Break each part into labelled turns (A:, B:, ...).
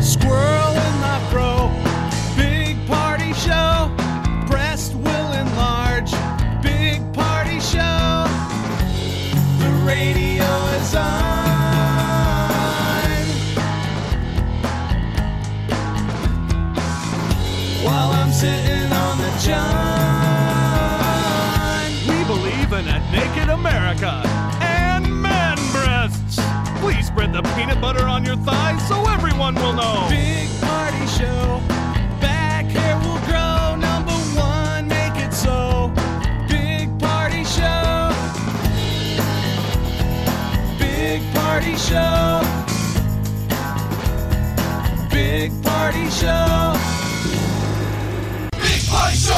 A: Squirrel in the pro, big party show. Breast will enlarge, big party show. The radio is on. While I'm sitting on the john. We believe in a naked America and man breasts. Please spread the peanut butter on your thighs so everyone will know. Big party show. Back hair will grow. Number one, make it so. Big party show. Big party show. Big party show. Big party show.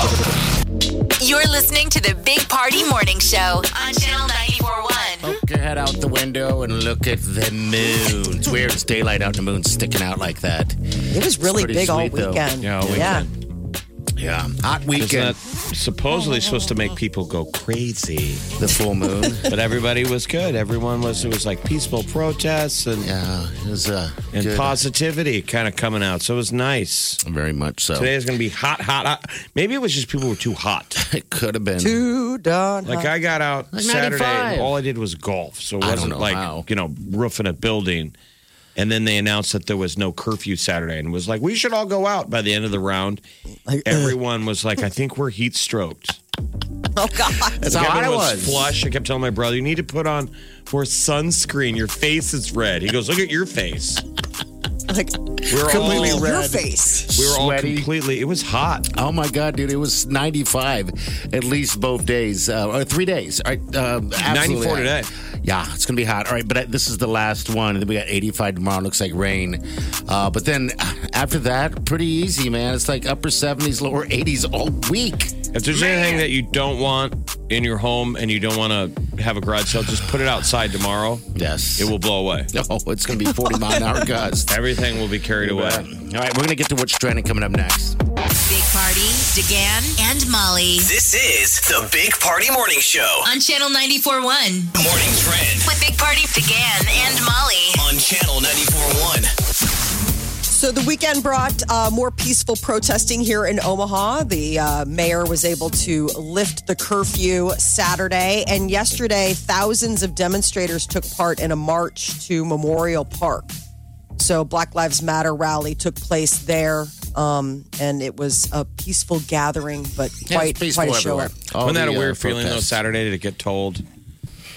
B: You're listening to the Big Party Morning Show on Channel 941.
C: Poke your head out the window and look at the moon. It's weird. It's daylight out and the moon's sticking out like that.
D: It was really
C: pretty
D: big all
C: sweet, though.
D: weekend.
E: Yeah, all
C: Yeah. Hot
E: It's
C: weekend.
E: not supposedly supposed to make people go crazy,
C: the full moon.
E: but everybody was good. Everyone was it was like peaceful protests and
C: yeah. It was uh,
E: and
C: good.
E: positivity kind of coming out. So it was nice.
C: Very much so.
E: Today is going to be hot, hot, hot. Maybe it was just people were too hot.
C: it could have been.
D: Too darn
E: Like
D: hot.
E: I got out
C: Like
E: Saturday,
C: 95.
E: and all I did was golf. So it
C: I don't
E: wasn't
C: know
E: like
C: how.
E: you know roofing a building. And then they announced that there was no curfew Saturday, and it was like we should all go out by the end of the round.
D: Like, ugh.
E: Everyone was like, "I think we're heat stroked."
D: oh God.
C: That's how
E: Kevin
C: hot it
E: was,
C: was.
E: flush. I kept telling my brother, "You need to put on more sunscreen. Your face is red." He goes, "Look at your face.
D: Like
E: We were
D: completely
E: all
D: your
E: red.
D: face.
E: We were all
C: Sweaty.
E: completely. It was hot.
C: Oh my God, dude! It was 95 at least both days uh, or three days. All right, um, absolutely
E: 94 today.
C: Yeah, it's gonna be hot. All right, but uh, this is the last one. And then we got 85 tomorrow. Looks like rain. Uh, but then uh, after that, pretty easy, man. It's like upper 70s, lower 80s all week.
E: If there's anything that you don't want in your home and you don't want to have a garage sale, just put it outside tomorrow.
C: Yes,
E: It will blow away.
C: Oh, it's gonna be 40 mile an hour gusts.
E: Everything will be carried
C: All
E: away.
C: right, we're gonna get to what's trending coming up next.
B: Big Party, DeGan, and Molly
F: This is the Big Party Morning Show.
B: on Channel 941
F: Morning Trend
B: with Big Party, DeGan, and Molly.
F: on Channel 94.1.
D: So the weekend brought uh, more peaceful protesting here in Omaha. The uh, mayor was able to lift the curfew Saturday, and yesterday, thousands of demonstrators took part in a march to Memorial Park. So Black Lives Matter rally took place there, um, and it was a peaceful gathering, but
C: Yeah,
D: quite
C: it's peaceful
D: quite a show
C: everywhere.
D: up.
C: All
E: Wasn't that
C: the,
E: a
C: uh,
E: weird feeling though?
C: protests.
E: Saturday to get told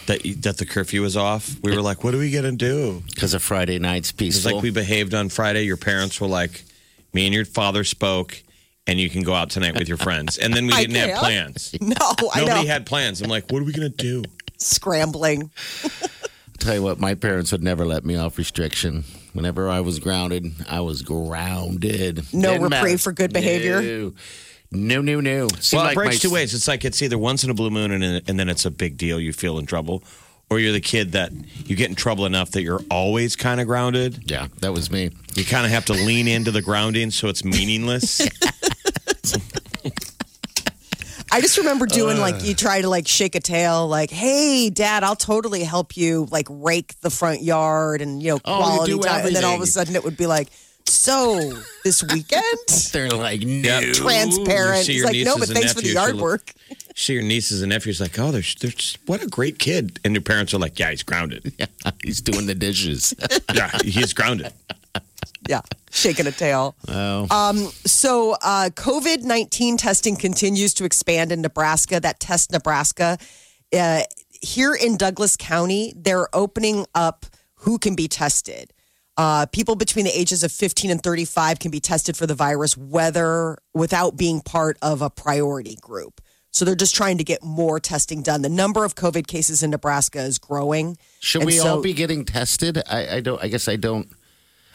E: that that the curfew was off. We were like, "What are we gonna do?"
C: because of Friday night's
E: It's
C: peaceful.
E: like we behaved on Friday. Your parents were like, "Me and your father spoke, and you can go out tonight with your friends." And then we
D: I
E: didn't have
D: can't.
E: plans.
D: No, I
E: Nobody
D: know.
E: had plans. I'm like, "What are we gonna do?"
D: Scrambling.
C: Tell you what, my parents would never let me off restriction. Whenever I was grounded, I was grounded.
D: No
C: Didn't
D: reprieve
C: matter.
D: for good behavior?
C: No, no, no. no. Seemed
E: well,
C: like
E: it breaks
C: my-
E: two ways. It's like it's either once in a blue moon, and, and then it's a big deal. You feel in trouble, or you're the kid that you get in trouble enough that you're always kind of grounded.
C: Yeah, that was me.
E: You kind of have to lean into the grounding, so it's meaningless.
D: I just remember doing like you try to like shake a tail, like, "Hey, Dad, I'll totally help you like rake the front yard and you know
C: Oh, you
D: quality
C: do
D: time." And then all of a
C: everything.
D: sudden, it would be like, "So this weekend,
C: They're like, no.
D: transparent."
E: see
D: It's
E: your
D: like, "No,
E: nieces
D: but
E: and
D: thanks for the
E: nephews,
D: yard
E: you'll-
D: work."
E: See your nieces and nephews like, oh, they're, they're just- what a great kid, and your parents are like, yeah, he's grounded.
C: He's doing the dishes.
E: yeah, he's grounded.
D: Yeah, shaking a tail.
C: Oh.
D: Um, so uh, COVID nineteen testing continues to expand in Nebraska. That test Nebraska uh, here in Douglas County, they're opening up who can be tested. Uh, people between the ages of 15 and 35 can be tested for the virus, whether without being part of a priority group. So they're just trying to get more testing done. The number of COVID cases in Nebraska is growing.
C: Should
D: And
C: we
D: so-
C: all be getting tested? I, I don't. I guess I don't.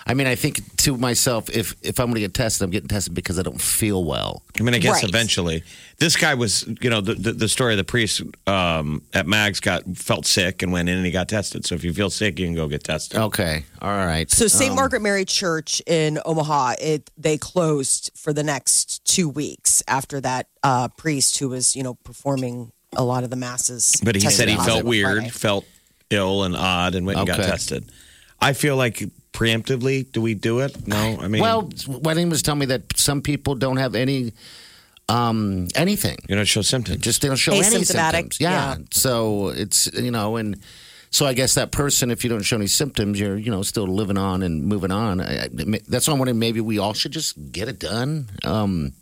C: I mean, I think to myself, if if I'm going to get tested, I'm getting tested because I don't feel well.
E: I mean, I guess
D: Right.
E: eventually, this guy was, you know, the, the, the story of the priest um, at Mags got felt sick and went in and he got tested. So if you feel sick, you can go get tested.
C: Okay, all right.
D: So St. Margaret Mary Church in Omaha, it they closed for the next two weeks after that uh, priest who was you know performing a lot of the masses.
E: But he
D: tested
E: said he
D: positive
E: felt
D: on
E: weird,
D: Friday.
E: felt ill and odd, and went and got
C: Okay.
E: tested. I feel like preemptively, do we do it? No, I mean,
C: well, Wedding was telling me that some people don't have any um anything.
E: you know, show symptoms.
C: Just they don't show any
D: Asymptomatic,
C: symptoms.
D: yeah.
C: Yeah. So it's you know, and so I guess that person, if you don't show any symptoms, you're you know still living on and moving on. I, I, that's why I'm wondering. Maybe we all should just get it done. Um,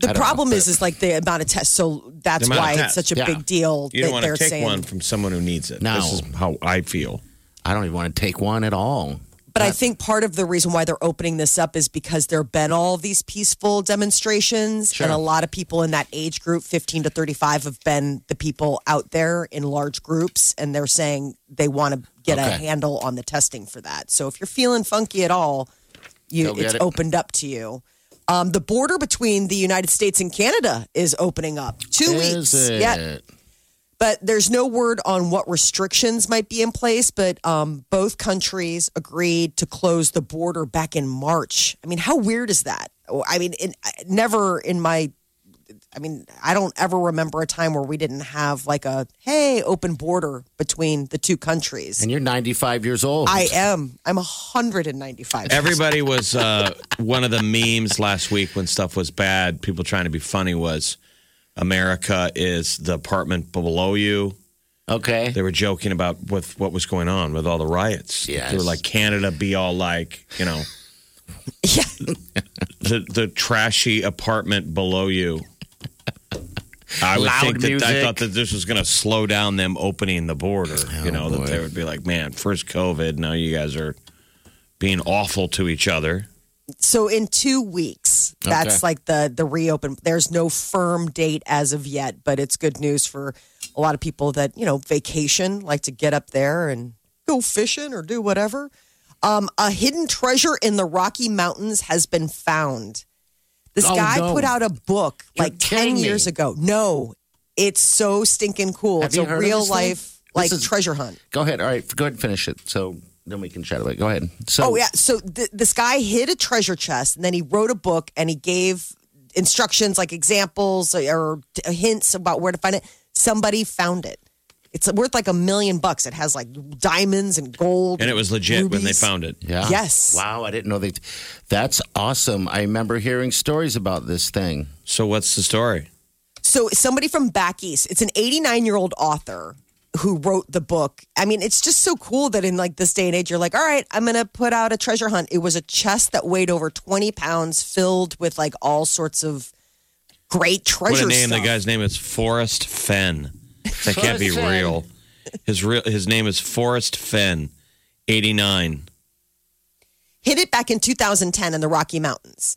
D: The
C: don't know,
D: problem is
C: but-
D: is like the amount of tests. So that's
E: The amount of
D: why it's
E: tests,
D: such a
C: yeah.
D: big deal
E: you don't
D: that
E: want to
D: they're
E: take
D: saying.
E: one from someone who needs it.
C: No.
E: This is how I feel.
C: I don't even want to take one at all.
D: But I think part of the reason why they're opening this up is because there have been all these peaceful demonstrations, and a lot of people in that age group, 15 to 35, have been the people out there in large groups, and they're saying they want to get a
C: Okay.
D: handle on the testing for that. So if you're feeling funky at all, you,
C: Go get
D: it's
C: it.
D: opened up to you. Um, the border between the United States and Canada is opening up two
C: Is
D: weeks.
C: it?
D: Yeah, but there's no word on what restrictions might be in place. But um, both countries agreed to close the border back in March. I mean, how weird is that? Oh, I mean, in, I- never in my, I mean, I don't ever remember a time where we didn't have like a hey open border between the two countries.
C: And you're 95 years old.
D: I am. I'm 195.
E: Everybody was uh, one of the memes last week when stuff was bad. People trying to be funny was America is the apartment below you.
C: okay.
E: They were joking about with what was going on with all the riots.
C: Yes.
E: They were like Canada be all like you know
D: Yeah.
E: the the trashy apartment below you. I would
C: Loud
E: think that I
C: music. Oh,
E: thought that this was going to slow down them opening the border. you know that they would be like, man, first COVID, now you guys are being awful to each other.
D: so in two weeks that's
C: Okay.
D: like the the reopen there's no firm date as of yet but it's good news for a lot of people that you know vacation like to get up there and go fishing or do whatever um, a hidden treasure in the rocky mountains has been found this
C: Oh,
D: guy
C: no.
D: put out a book
C: You're
D: like 10
C: kidding me.
D: years ago no it's so stinking cool
C: Have
D: it's
C: you
D: a
C: heard of
D: real
C: this thing?
D: life like
C: This is-
D: treasure hunt
C: Go ahead. All right. Go ahead and finish it. So then we can chat about it. Go ahead. So
D: Oh yeah. So th- this guy hid a treasure chest, and then he wrote a book, and he gave instructions, like examples uh, or t- hints about where to find it. Somebody found it. It's worth like a million bucks. It has like diamonds and gold,
E: And it was legit when they
D: rubies.
E: found it.
C: Yeah.
D: Yes.
C: Wow. I didn't know they. That's awesome. I remember hearing stories about this thing.
E: So what's the story?
D: So somebody from back east. It's an 89 year old author who wrote the book. I mean, it's just so cool that in like this day and age, you're like, all right, I'm gonna put out a treasure hunt. It was a chest that weighed over 20 pounds, filled with like all sorts of great
E: What
D: treasure.
E: a name!
D: stuff.
E: The guy's name is Forrest Fenn. That can't be
C: Forrest Fenn.
E: real. His real his name is Forrest Fenn, eighty nine.
D: hid it back in 2010 in the Rocky Mountains.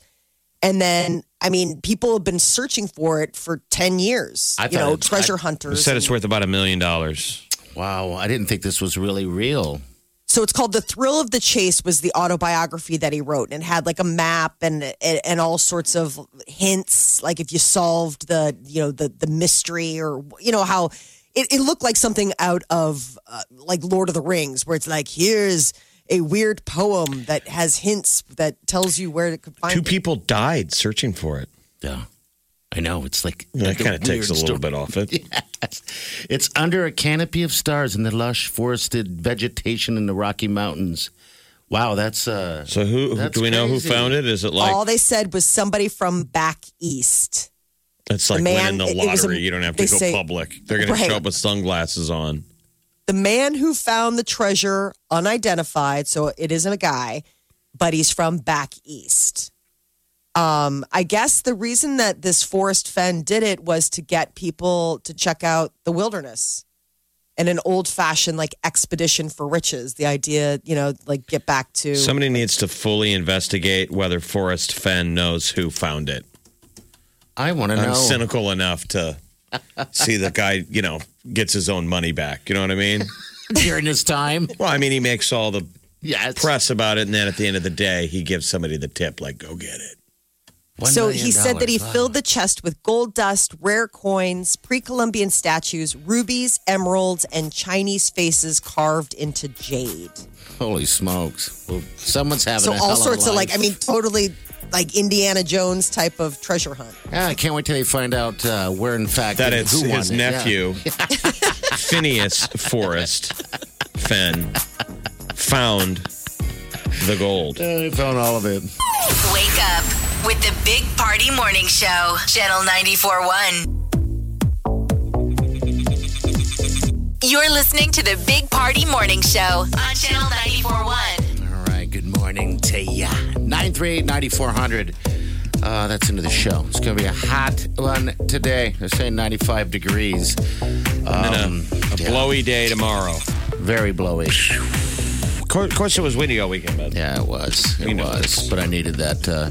D: And then, I mean, people have been searching for it for 10 years.
C: I
D: you know,
C: thought it-
D: treasure
E: It
D: hunters.
E: said it's worth about a million dollars.
C: Wow. I didn't think this was really real.
D: so it's called The Thrill of the Chase was the autobiography that he wrote and it had like a map and, and and all sorts of hints like if you solved the, you know, the the mystery or you know how it, it looked like something out of uh, like Lord of the Rings where it's like here's a weird poem that has hints that tells you where to find
E: Two
D: it.
E: people died searching for it.
C: Yeah. I know. It's like
E: That kind of takes a
C: weird
E: little
C: story.
E: bit off it.
C: It's under a canopy of stars in the lush forested vegetation in the Rocky Mountains. Wow. That's uh.
E: So who
C: That's
E: do we know
C: crazy.
E: who found it? Is it like
D: all they said was somebody from back east.
E: it's like
D: man-
E: winning the
D: it- it was a-
E: lottery? you don't have to
D: they
E: go
D: say-
E: public. They're going to
D: Right.
E: show up with sunglasses on.
D: The man who found the treasure, unidentified, so it isn't a guy, but he's from back east. Um, I guess the reason that this Forest Fenn did it was to get people to check out the wilderness and an old fashioned like expedition for riches. The idea, you know, like get back to
E: Somebody needs to fully investigate whether Forrest Fenn knows who found it.
C: I want to
E: I'm
C: know.
E: cynical enough to see the guy, you know, gets his own money back. You know what I mean?
C: during his time.
E: Well, I mean, he makes all the
C: Yes.
E: press about it, and then at the end of the day, he gives somebody the tip, like, go get it.
C: One
D: So
C: million
D: he said that he
C: dollars.
D: filled the chest with gold dust, rare coins, pre Columbian statues, rubies, emeralds, and Chinese faces carved into jade.
C: Holy smokes. Well, someone's having
D: So
C: a
D: all
C: hell of a
D: sorts of
C: life.
D: like, I mean, totally like Indiana Jones type of treasure hunt.
C: Yeah, I can't wait till they find out uh, where, in fact,
E: That
C: and
E: it's
C: who won
E: his
C: it. Yeah.
E: nephew, Phineas Forrest Fenn, found the gold.
C: Yeah, they Eh, found all of it.
B: Wake up with the Big Party Morning Show, Channel 941. You're listening to the Big Party Morning Show on Channel 941.
C: All right. Good morning to ya. 938 9400. Uh, that's into the show. It's going to be a hot one today. They're saying 95 degrees. Um,
E: And then a, a blowy day tomorrow.
C: Very blowy.
E: Of course, of course it was windy all weekend, but
C: Yeah, it was. It
E: know.
C: was. But I needed that. Uh,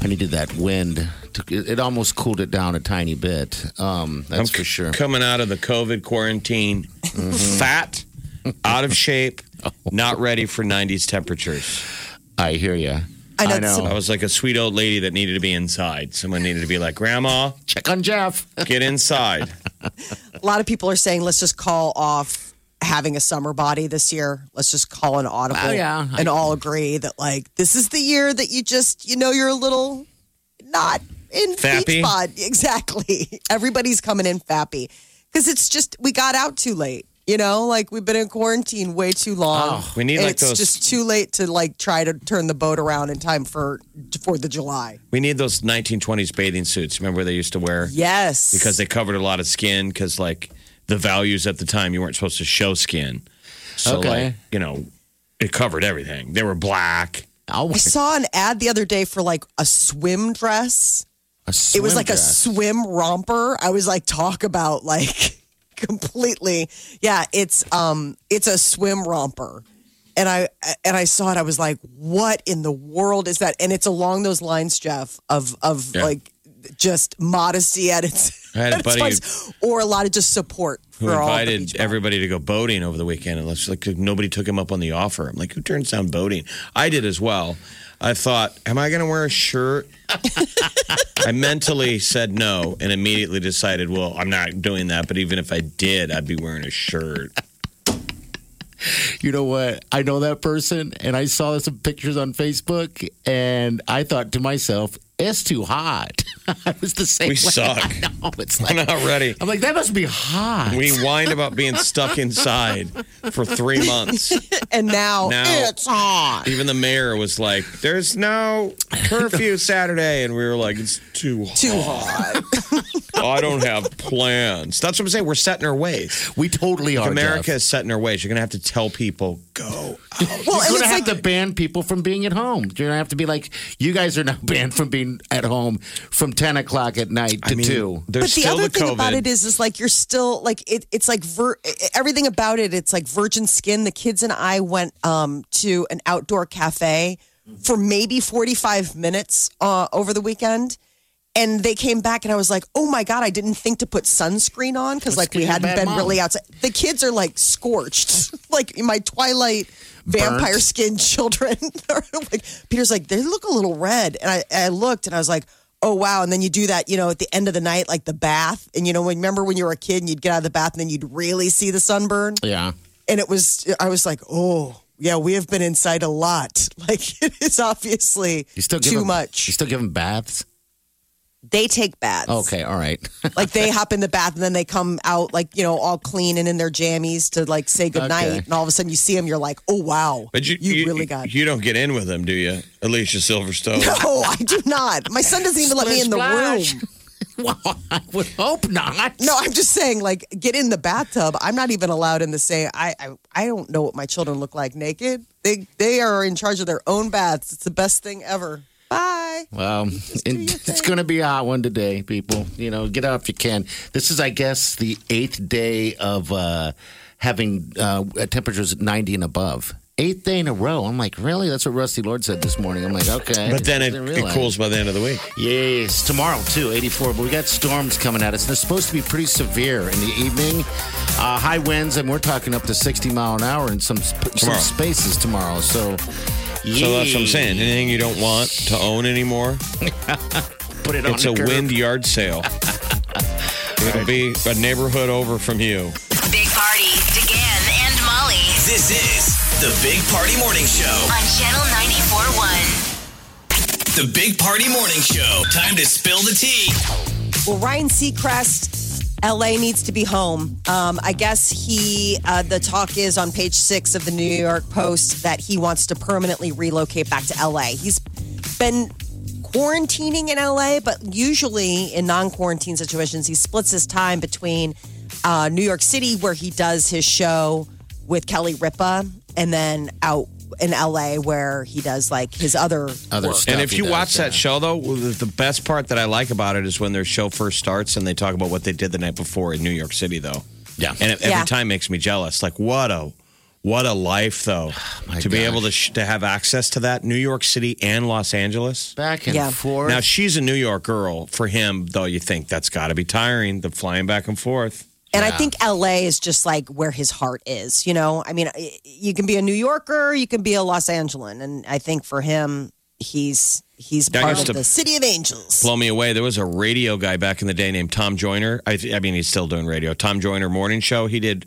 C: I needed that wind. To, it, it almost cooled it down a tiny bit. Um, that's for sure.
E: coming out of the COVID quarantine, Mm-hmm. fat, out of shape, not ready for 90s temperatures.
C: I hear you.
D: I know.
E: I was like a sweet old lady that needed to be inside. Someone needed to be like, Grandma,
C: Check on Jeff.
E: get inside.
D: A lot of people are saying, let's just call off having a summer body this year. Let's just call an audible.
C: Oh, yeah.
D: And all agree that like this is the year that you just, you know, you're a little not in
E: Fappy?
D: beach bod. Exactly. Everybody's coming in fappy because it's just we got out too late. You know, like we've been in quarantine way too long.
E: We need
D: And
E: like
D: it's
E: those-
D: just too late to like try to turn the boat around in time for for the July.
E: We need those 1920s bathing suits. Remember where they used to wear?
D: Yes,
E: Because they covered a lot of skin, because like the values at the time, you weren't supposed to show skin. So,
C: Okay.
E: like, you know, it covered everything. They were black.
C: I'll wear
D: I saw an ad the other day for like a swim dress.
C: a
D: It
C: swim
D: was like a
C: dress.
D: swim romper. I was like, talk about like completely. Yeah, it's um, it's a swim romper. And I and I saw it. I was like, "What in the world is that?" And it's along those lines, Jeff, of of
E: Yeah.
D: like just modesty at its,
E: I had
D: at
E: a
D: its
E: buddy who-
D: finest, or a lot of just support
E: who
D: for all the beach
E: invited
D: ball.
E: everybody to go boating over the weekend and let's like nobody took him up on the offer. I'm like, who turns down boating? I did as well. I thought, am I gonna wear a shirt? I mentally said no and immediately decided, well, I'm not doing that, but even if I did, I'd be wearing a shirt.
C: You know what? I know that person, and I saw some pictures on Facebook, and I thought to myself, "It's too hot." I was the same.
E: We
C: way.
E: suck.
C: I know. It's
E: I'm
C: like
E: not ready.
C: I'm like that must be hot.
E: We whined about being stuck inside for three months.
D: and now,
E: Now-
D: it's on.
E: Even the mayor was like, There's no curfew Saturday and we were like, It's too hot.
D: Too hot.
E: I don't have plans. That's what I'm saying. We're setting our ways.
C: we totally are.
E: America
C: Jeff.
E: is set in her ways. You're going to have to tell people, go.
D: Well,
C: You're
D: and
C: gonna
D: it's
C: have
D: like
C: to ban people from being at home. You're gonna have to be like, you guys are now banned from being at home from ten o'clock at night to two.
E: There's
D: but the
E: still
D: other
E: the
D: thing
E: COVID.
D: about it is, is like you're still like it, it's like vir- everything about it. It's like virgin skin. The kids and I went um, to an outdoor cafe for maybe 45 minutes uh, over the weekend, and they came back and I was like, oh my god, I didn't think to put sunscreen on because like
C: That's
D: we
C: 'cause
D: hadn't
C: you're a bad
D: been
C: mom.
D: really outside. The kids are like scorched, like my Twilight vampire
C: Burnt.
D: skin children. are like Peter's like, they look a little red. And I, I looked and I was like, oh wow. And then you do that, you know, at the end of the night, like the bath. And you know, when remember when you were a kid and you'd get out of the bath and then you'd really see the sunburn.
C: Yeah.
D: And it was I was like, oh yeah, we have been inside a lot. Like it is obviously
C: You still give
D: too
C: them,
D: much.
C: You still give them baths?
D: they take baths.
C: Okay, all right.
D: Like they hop in the bath and then they come out like, you know, all clean and in their jammies to like say goodnight.
C: Okay.
D: And all of a sudden you see them, you're like, oh wow.
E: But you,
D: you, really got
E: You don't get in with them, do you? Alicia Silverstone.
D: No, I do not. My son doesn't even let me in the
C: Splash,
D: room.
C: well, I would hope not.
D: No, I'm just saying, like, get in the bathtub. I'm not even allowed in the say. I, I, I don't know what my children look like naked. They, they are in charge of their own baths. It's the best thing ever. Bye.
C: Well, and it's going to be a hot one today, people. You know, get out if you can. This is, I guess, the eighth day of uh, having uh, temperatures 90 and above. eighth day in a row. I'm like, really? That's what Rusty Lord said this morning. I'm like, okay.
E: But then it,
C: Didn't
E: it
C: realize.
E: cools by the end of the week.
C: Yes, tomorrow too, 84. But we got storms coming at us, and they're supposed to be pretty severe in the evening. Uh, high winds, and we're talking up to 60 mile an hour in some sp- some
E: Tomorrow.
C: spaces tomorrow. So,
E: So that's what I'm
C: yes.
E: saying. Anything you don't want to own anymore,
C: Put it on
E: it's
C: the
E: a
C: curb.
E: wind yard sale. It'll be a neighborhood over from you.
B: Big Party, DeGan and Molly
F: This is the Big Party Morning Show.
B: on Channel 94.1.
F: The Big Party Morning Show. Time to spill the tea.
D: Well, Ryan Seacrest, LA needs to be home. Um, I guess he, uh, the talk is on page six of the New York Post that he wants to permanently relocate back to LA. He's been quarantining in LA, but usually in non quarantine situations, he splits his time between uh, New York City, where he does his show with Kelly Ripa, and then out in LA, where he does like his other.
C: Other stuff
E: and if
C: he
E: you
C: does,
E: watch
C: yeah.
E: that show, though, well, the the best part that I like about it is when their show first starts and they talk about what they did the night before in New York City, though.
C: yeah,
E: And it, every
D: Yeah.
E: time makes me jealous. Like what a what a life, though,
C: Oh my
E: to be
C: gosh.
E: able to sh- to have access to that New York City and Los Angeles.
C: back and
D: Yeah.
C: forth.
E: Now she's a New York girl. For him, though, you think that's got to be tiring. The flying back and forth.
D: And I think LA is just like where his heart is, you know? I mean, y- you can be a New Yorker, you can be a Los Angeles, and I think for him he's he's
E: That
D: part
E: used
D: of
E: to
D: the city of angels.
E: blow me away. There was a radio guy back in the day named Tom Joyner. I, I mean, he's still doing radio. Tom Joyner morning show. He did,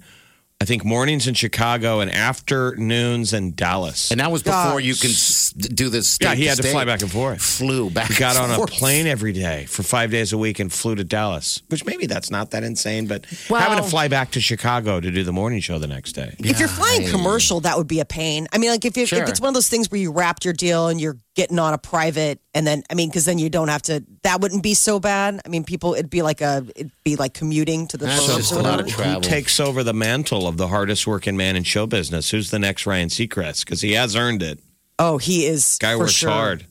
E: I think, mornings in Chicago and afternoons in Dallas.
C: and that was before
D: God.
C: you can s- do this.
E: yeah, he had to fly back and forth.
C: Flew back.
E: He got
C: and
E: on a
C: forth.
E: plane every day for five days a week and flew to Dallas, which maybe that's not that insane, but having to
C: Well-
E: fly back to Chicago to do the morning show the next day.
D: If you're flying commercial, that would be a pain. I mean, like if, you,
C: Sure.
D: if it's one of those things where you wrapped your deal and you're getting on a private, and then I mean, because then you don't have to. That wouldn't be so bad. I mean, people, it'd be like a, it'd be like commuting to the.
C: That's
D: suburbs
C: just
D: or
C: a lot
D: whatever.
C: of
E: Who
C: travel.
E: takes over the mantle of the hardest working man in show business? Who's the next Ryan Seacrest? Because he has earned it.
D: Oh, he is.
E: Guy
D: for
E: works
D: sure.
E: hard.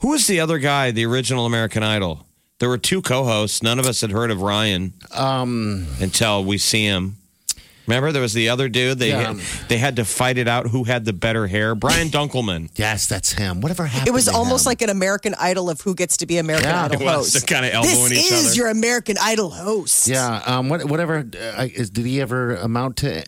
E: Who was the other guy, the original American Idol? There were two co hosts. None of us had heard of Ryan
C: um,
E: until we see him. Remember, there was the other dude. They
C: Yeah.
E: they had to fight it out who had the better hair. Brian Dunkelman.
C: yes, that's him. Whatever happened.
D: It was
C: to
D: almost
C: him?
D: like an American Idol of who gets to be American
C: Yeah,
D: Idol
C: it
E: was.
D: host.
E: They're kinda elbowing
D: this
E: each
D: is
E: other.
D: your American Idol host.
C: Yeah, um, what, whatever. Uh, I- is, did he ever amount to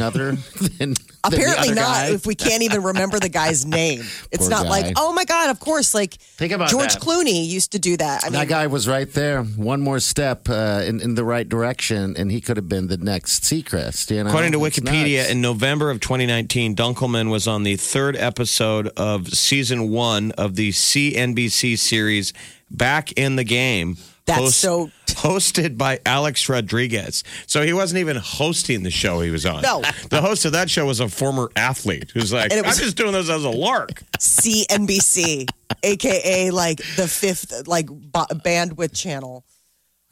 C: other than than
D: Apparently
C: the other
D: not.
C: Guy?
D: If we can't even remember the guy's name, it's
C: Poor
D: not
C: guy.
D: like oh my god, of course. Like
C: Think about
D: George
C: that.
D: Clooney used to do that. I mean,
C: that guy was right there, one more step uh, in in the right direction, and he could have been the next Seacrest. You know,
E: According
D: Oh,
E: to
C: It's
E: Wikipedia,
C: nuts.
E: in November of 2019, Dunkelman was on the third episode of season one of the CNBC series Back in the Game.
D: That's so-
E: Hosted by Alex Rodriguez. So he wasn't even hosting the show he was on.
D: No.
E: The host of that show was a former athlete who's like,
D: And it was-
E: I'm just doing this as a lark.
D: CNBC, aka like the fifth like b- bandwidth channel.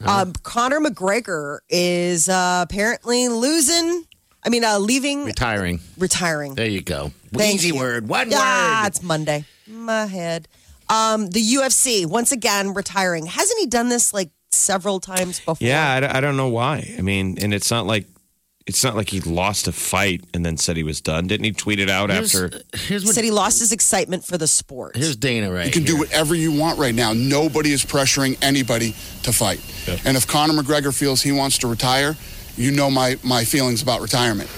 D: Um, Connor McGregor is uh, apparently losing. I mean, uh, leaving,
C: retiring.
D: retiring.
C: There you go.
D: Thank
C: Easy
D: you.
C: word. One
D: ah,
C: word.
D: it's Monday. My head. Um, the UFC once again retiring. Hasn't he done this like several times before?
E: Yeah, I, d- I don't know why. I mean, and it's not like. It's not like he lost a fight and then said he was done. Didn't he tweet it out
C: Here's,
E: after?
C: here's what.
D: Said he lost his excitement for the sport.
C: here's Dana right.
G: You can do
C: here.
G: whatever you want right now. Nobody is pressuring anybody to fight. And if Conor McGregor feels he wants to retire, you know my, my feelings about retirement.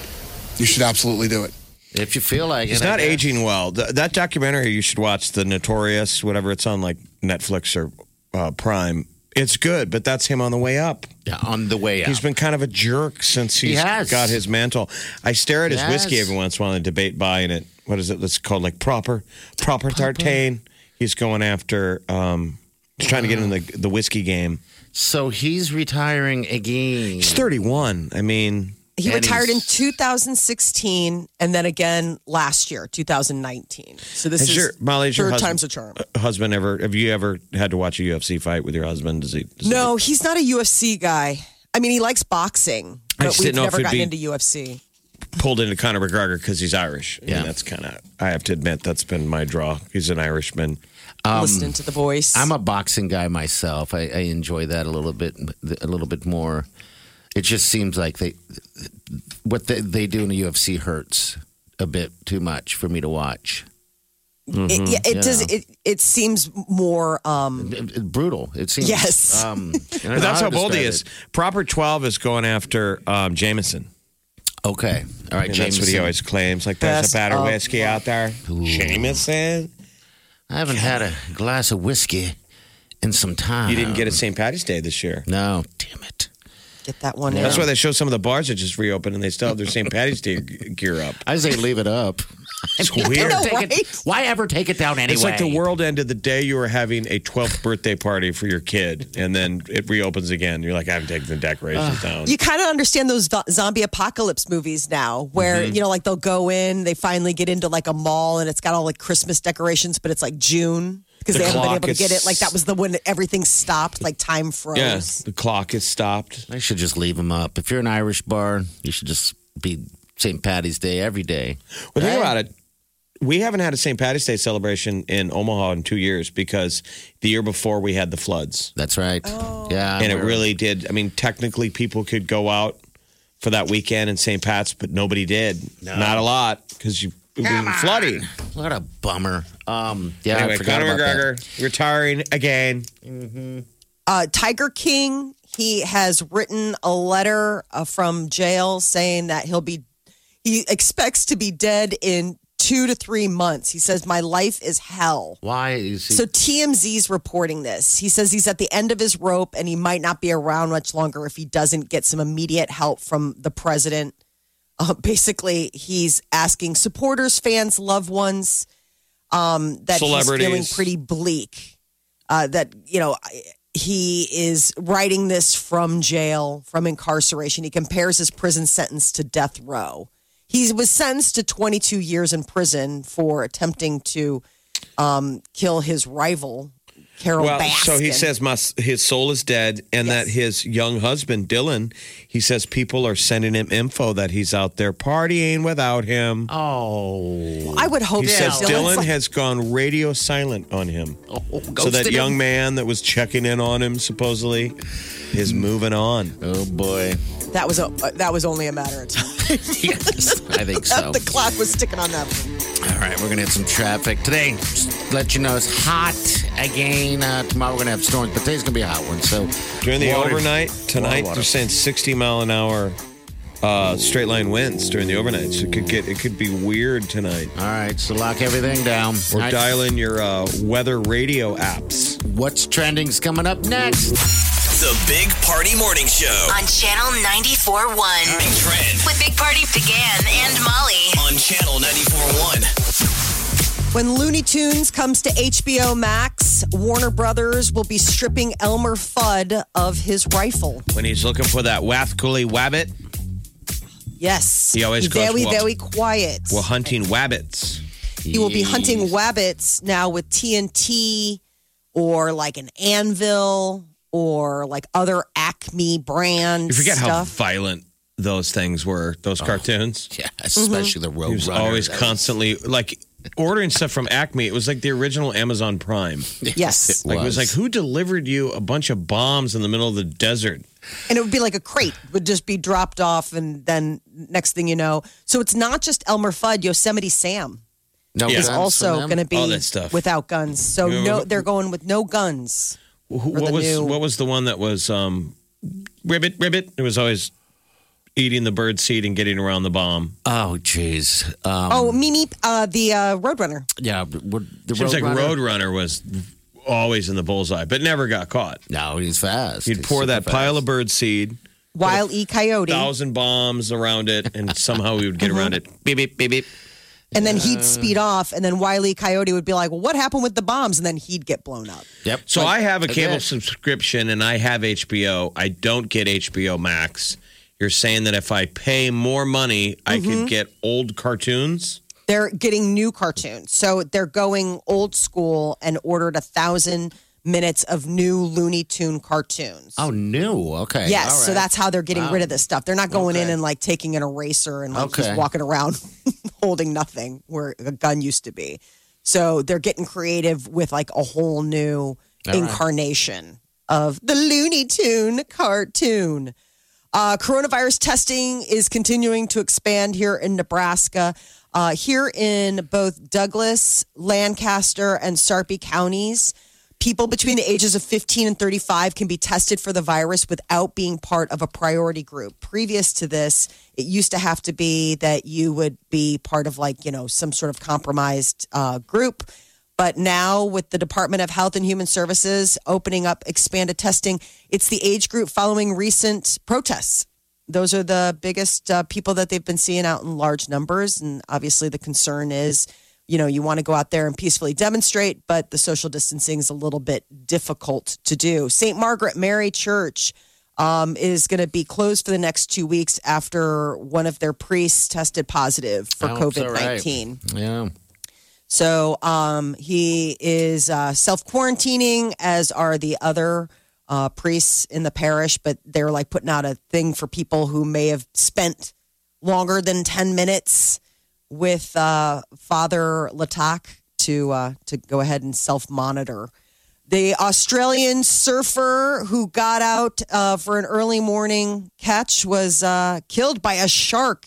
G: You should absolutely do it.
C: if you feel like
E: He's
C: it. I
E: not
C: guess.
E: aging well. Th- that documentary you should watch, the Notorious, whatever it's on like Netflix or uh, Prime. It's good, but that's him on the way up.
C: Yeah, on the way out.
E: He's been kind of a jerk since he's
C: He has.
E: got his mantle. I stare at his
C: Yes.
E: whiskey every once in a while and debate buying it. What is it? That's called like proper, proper, tartane. He's going after. Um, he's trying to get in the the whiskey game.
C: so he's retiring again.
E: He's thirty one. I mean,
D: he
C: and
D: retired in
C: he's-
D: 2016 and then again last year, 2019. So this
E: Has
D: is
E: your- Molly, has your
D: third
E: husband- Uh,
D: time's a charm.
E: husband ever? Have you ever had to watch a UFC fight with your husband? Does he? does he-
D: No, he's not a UFC guy. I mean, he likes boxing,
E: I
D: but
E: just
D: we've
E: didn't know if
D: never
E: it'd
D: gotten
E: be-
D: into UFC.
E: pulled into Conor McGregor because he's Irish. Yeah,
C: Yeah.
E: that's kind of. I have to admit that's been my draw. He's an Irishman. Um,
D: listening to the voice.
C: I'm a boxing guy myself. I, I enjoy that a little bit, a little bit more. It just seems like they, what they, they do in the UFC hurts. a bit too much for me to watch.
D: it, yeah,
E: Mm-hmm.
D: it does. It it seems more. Um,
C: It- it- brutal. It seems.
D: Yes.
C: Um, I don't know
E: But that's how
C: to
E: bold he
C: describe
E: is.
C: it.
E: Proper 12 is going after um, Jameson.
C: Okay. All right,
E: And
C: James.
E: That's what he always claims. Like, there's
D: Best
E: a better
D: of-
E: whiskey out there. Jameson?
C: I haven't had a glass of whiskey in some time.
E: You didn't get a St. Patty's Day this year.
C: No, damn it.
D: get that one.
E: That's
D: in.
E: why they show some of the bars that just reopened and they still have their St. Patty's Day g- gear up.
C: I say leave it up.
E: It's weird.
D: know,
C: Take it-
D: right?
C: why ever take it down anyway?
E: It's like the world ended the day you were having a 12th birthday party for your kid, and then it reopens again. You're like, I haven't taken the decorations down.
D: You kind of understand those zo- zombie apocalypse movies now, where
E: Mm-hmm.
D: you know, like they'll go in, they finally get into like a mall, and it's got all like Christmas decorations, but it's like June because
E: The
D: they haven't been
E: clock
D: able to
E: is-
D: get it. Like that was the when everything stopped, like time froze.
E: Yeah, the clock is stopped.
C: I should just leave them up. If you're an Irish bar, you should just be St. Patty's Day every day.
E: Well, think about it. We haven't had a St. Patty's Day celebration in Omaha in two years because the year before we had the floods.
C: That's right.
D: Oh.
C: Yeah.
E: and it
C: we're-
E: really did. I mean, technically, people could go out for that weekend in St. Pat's, but nobody did. Not a lot because you it was flooding.
C: What a bummer. Um, yeah, I
E: anyway,
C: forgot
E: Conor
C: about that.
E: McGregor retiring again.
D: uh, Tiger King. He has written a letter uh, from jail saying that he'll be, he expects to be dead in two to three months. He says, My life is hell.
C: Why is he?
D: So TMZ's reporting this. He says he's at the end of his rope and he might not be around much longer if he doesn't get some immediate help from the president. Uh, basically, he's asking supporters, fans, loved ones um, that he's feeling
E: Celebrities.
D: pretty bleak. Uh, that you know I- he is writing this from jail, from incarceration. He compares his prison sentence to death row. He was sentenced to 22 years in prison for attempting to um, kill his rival, Carol
E: Well,
D: Baskin.
E: so he says my, his soul is dead, and
D: Yes.
E: that his young husband Dylan, he says people are sending him info that he's out there partying without him.
C: oh,
D: I would hope
E: he
D: so.
E: says
D: Dylan's
E: Dylan
D: like-
E: has gone radio silent on him. so that
C: ghosted
E: young
C: him.
E: man that was checking in on him supposedly is moving on.
C: Oh boy.
D: that was a uh, that was only a matter of time.
C: Yes, I think so.
D: the clock was ticking on that.
C: All right, we're gonna hit some traffic today. Just let you know it's hot again. Uh, tomorrow we're gonna have storms, but today's gonna be a hot one. So
E: During the
C: Water-
E: overnight tonight,
C: Water.
E: they're saying 60 mile an hour uh, straight line winds during the overnight. So it could get it could be weird tonight.
C: All right, so lock everything down.
E: Or
C: All right,
E: dial in your uh, weather radio apps.
C: What's trending's coming up next?
F: The Big Party Morning Show.
B: On Channel 94.1.
F: Morning Trend
B: With Big Party began and Molly.
F: on Channel 94.1.
D: When Looney Tunes comes to HBO Max, Warner Brothers will be stripping Elmer Fudd of his rifle.
E: When he's looking for that Wathcooley Wabbit,
D: Yes.
E: He always goes
D: very,
E: wild.
D: very quiet.
E: we're hunting wabbits.
D: he will be hunting wabbits now with TNT or like an anvil or like other Acme brands.
E: You forget how
D: stuff.
E: violent those things were, those cartoons.
C: Yeah, especially the road
E: He was always constantly like ordering stuff from Acme. It was like the original Amazon Prime.
D: Yes.
E: Like it was like who delivered you a bunch of bombs in the middle of the desert?
D: and it would be like a crate would just be dropped off and then next thing you know. So it's not just Elmer Fudd, Yosemite Sam
C: no
E: Yeah.
D: is
C: guns
D: also
C: for them?
D: going to be
E: All that stuff.
D: without guns. So
E: Yeah,
D: no
E: what-
D: they're going with no guns.
E: Who,
D: Or
E: what
D: the
E: was
D: new-
E: what was the one that was um, ribbit ribbit? It was always eating the bird seed and getting around the bomb.
C: Oh, jeez. Um,
D: Oh, Mimi uh the uh Roadrunner.
C: yeah. would- The
E: Seems
C: road
E: like Roadrunner was always in the bullseye, but never got caught.
C: No, he's fast.
E: He'd
C: He's
E: pour
C: super
E: that pile
C: fast.
E: of bird seed,
D: Wild E Coyote.
E: thousand bombs around it, and somehow he would get around it. Mm-hmm. Beep beep beep beep.
D: And then he'd speed off, and then Wiley Coyote would be like, well, "What happened with the bombs?" And then he'd get blown up.
C: Yep.
E: So I have a
C: That's
E: cable
C: it.
E: subscription and I have HBO. I don't get HBO Max. You're saying that if I pay more money, I
C: Mm-hmm.
E: could get old cartoons?
D: They're getting new cartoons, so they're going old school and ordered a thousand minutes of new Looney Tune cartoons.
C: Oh, new. Okay.
D: yes,
C: All
D: so
C: right.
D: that's how they're getting rid of this stuff. They're not going in
C: Okay.
D: and like taking an eraser and like
C: Okay.
D: just walking around holding nothing where a gun used to be. So they're getting creative with like a whole new
C: right.
D: incarnation of the Looney Tune cartoon. Uh, coronavirus testing is continuing to expand here in Nebraska. uh, here in both Douglas, Lancaster, and Sarpy counties. People between the ages of 15 and 35 can be tested for the virus without being part of a priority group. Previous to this, it used to have to be that you would be part of, like, you know, some sort of compromised uh, group. But now, with the Department of Health and Human Services opening up expanded testing, it's the age group following recent protests. Those are the biggest uh, people that they've been seeing out in large numbers. And obviously, the concern is you know, you want to go out there and peacefully demonstrate, but the social distancing is a little bit difficult to do. St. Margaret Mary Church um, is going to be closed for the next two weeks after one of their priests tested positive for
C: I hope so,
D: COVID
C: right.
D: 19.
C: Yeah.
D: So um, he is uh, self quarantining, as are the other uh, priests in the parish, but they're like putting out a thing for people who may have spent longer than 10 minutes with uh, Father Latak to, uh, to go ahead and self monitor. The Australian surfer who got out uh, for an early morning catch was uh, killed by a shark.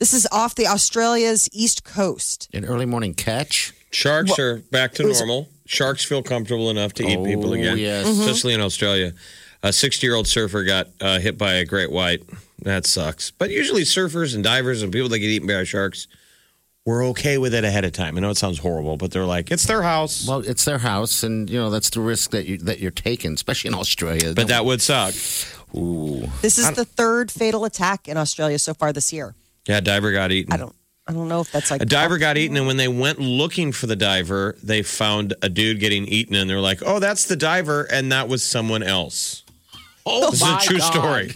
D: This is off the Australia's east coast.
C: An early morning catch.
E: Sharks are back to normal. Sharks feel comfortable enough to eat people
C: Oh,
E: again,
C: yes. Mm-hmm.
E: especially in Australia. A 60 year old surfer got uh, hit by a great white. That sucks. But usually, surfers and divers and people that get eaten by sharks, we're okay with it ahead of time. I know it sounds horrible, but they're like, it's their house.
C: Well, it's their house, and you know that's the risk that you that you're taking, especially in Australia.
E: but that would suck.
C: Ooh.
D: This is the third fatal attack in Australia so far this year.
E: Yeah, a diver got eaten.
D: I don't, I don't know if that's like
E: A diver got eaten, and when they went looking for the diver, they found a dude getting eaten, and they're like, oh, that's the diver, and that was someone else.
C: Oh,
E: This is a true story.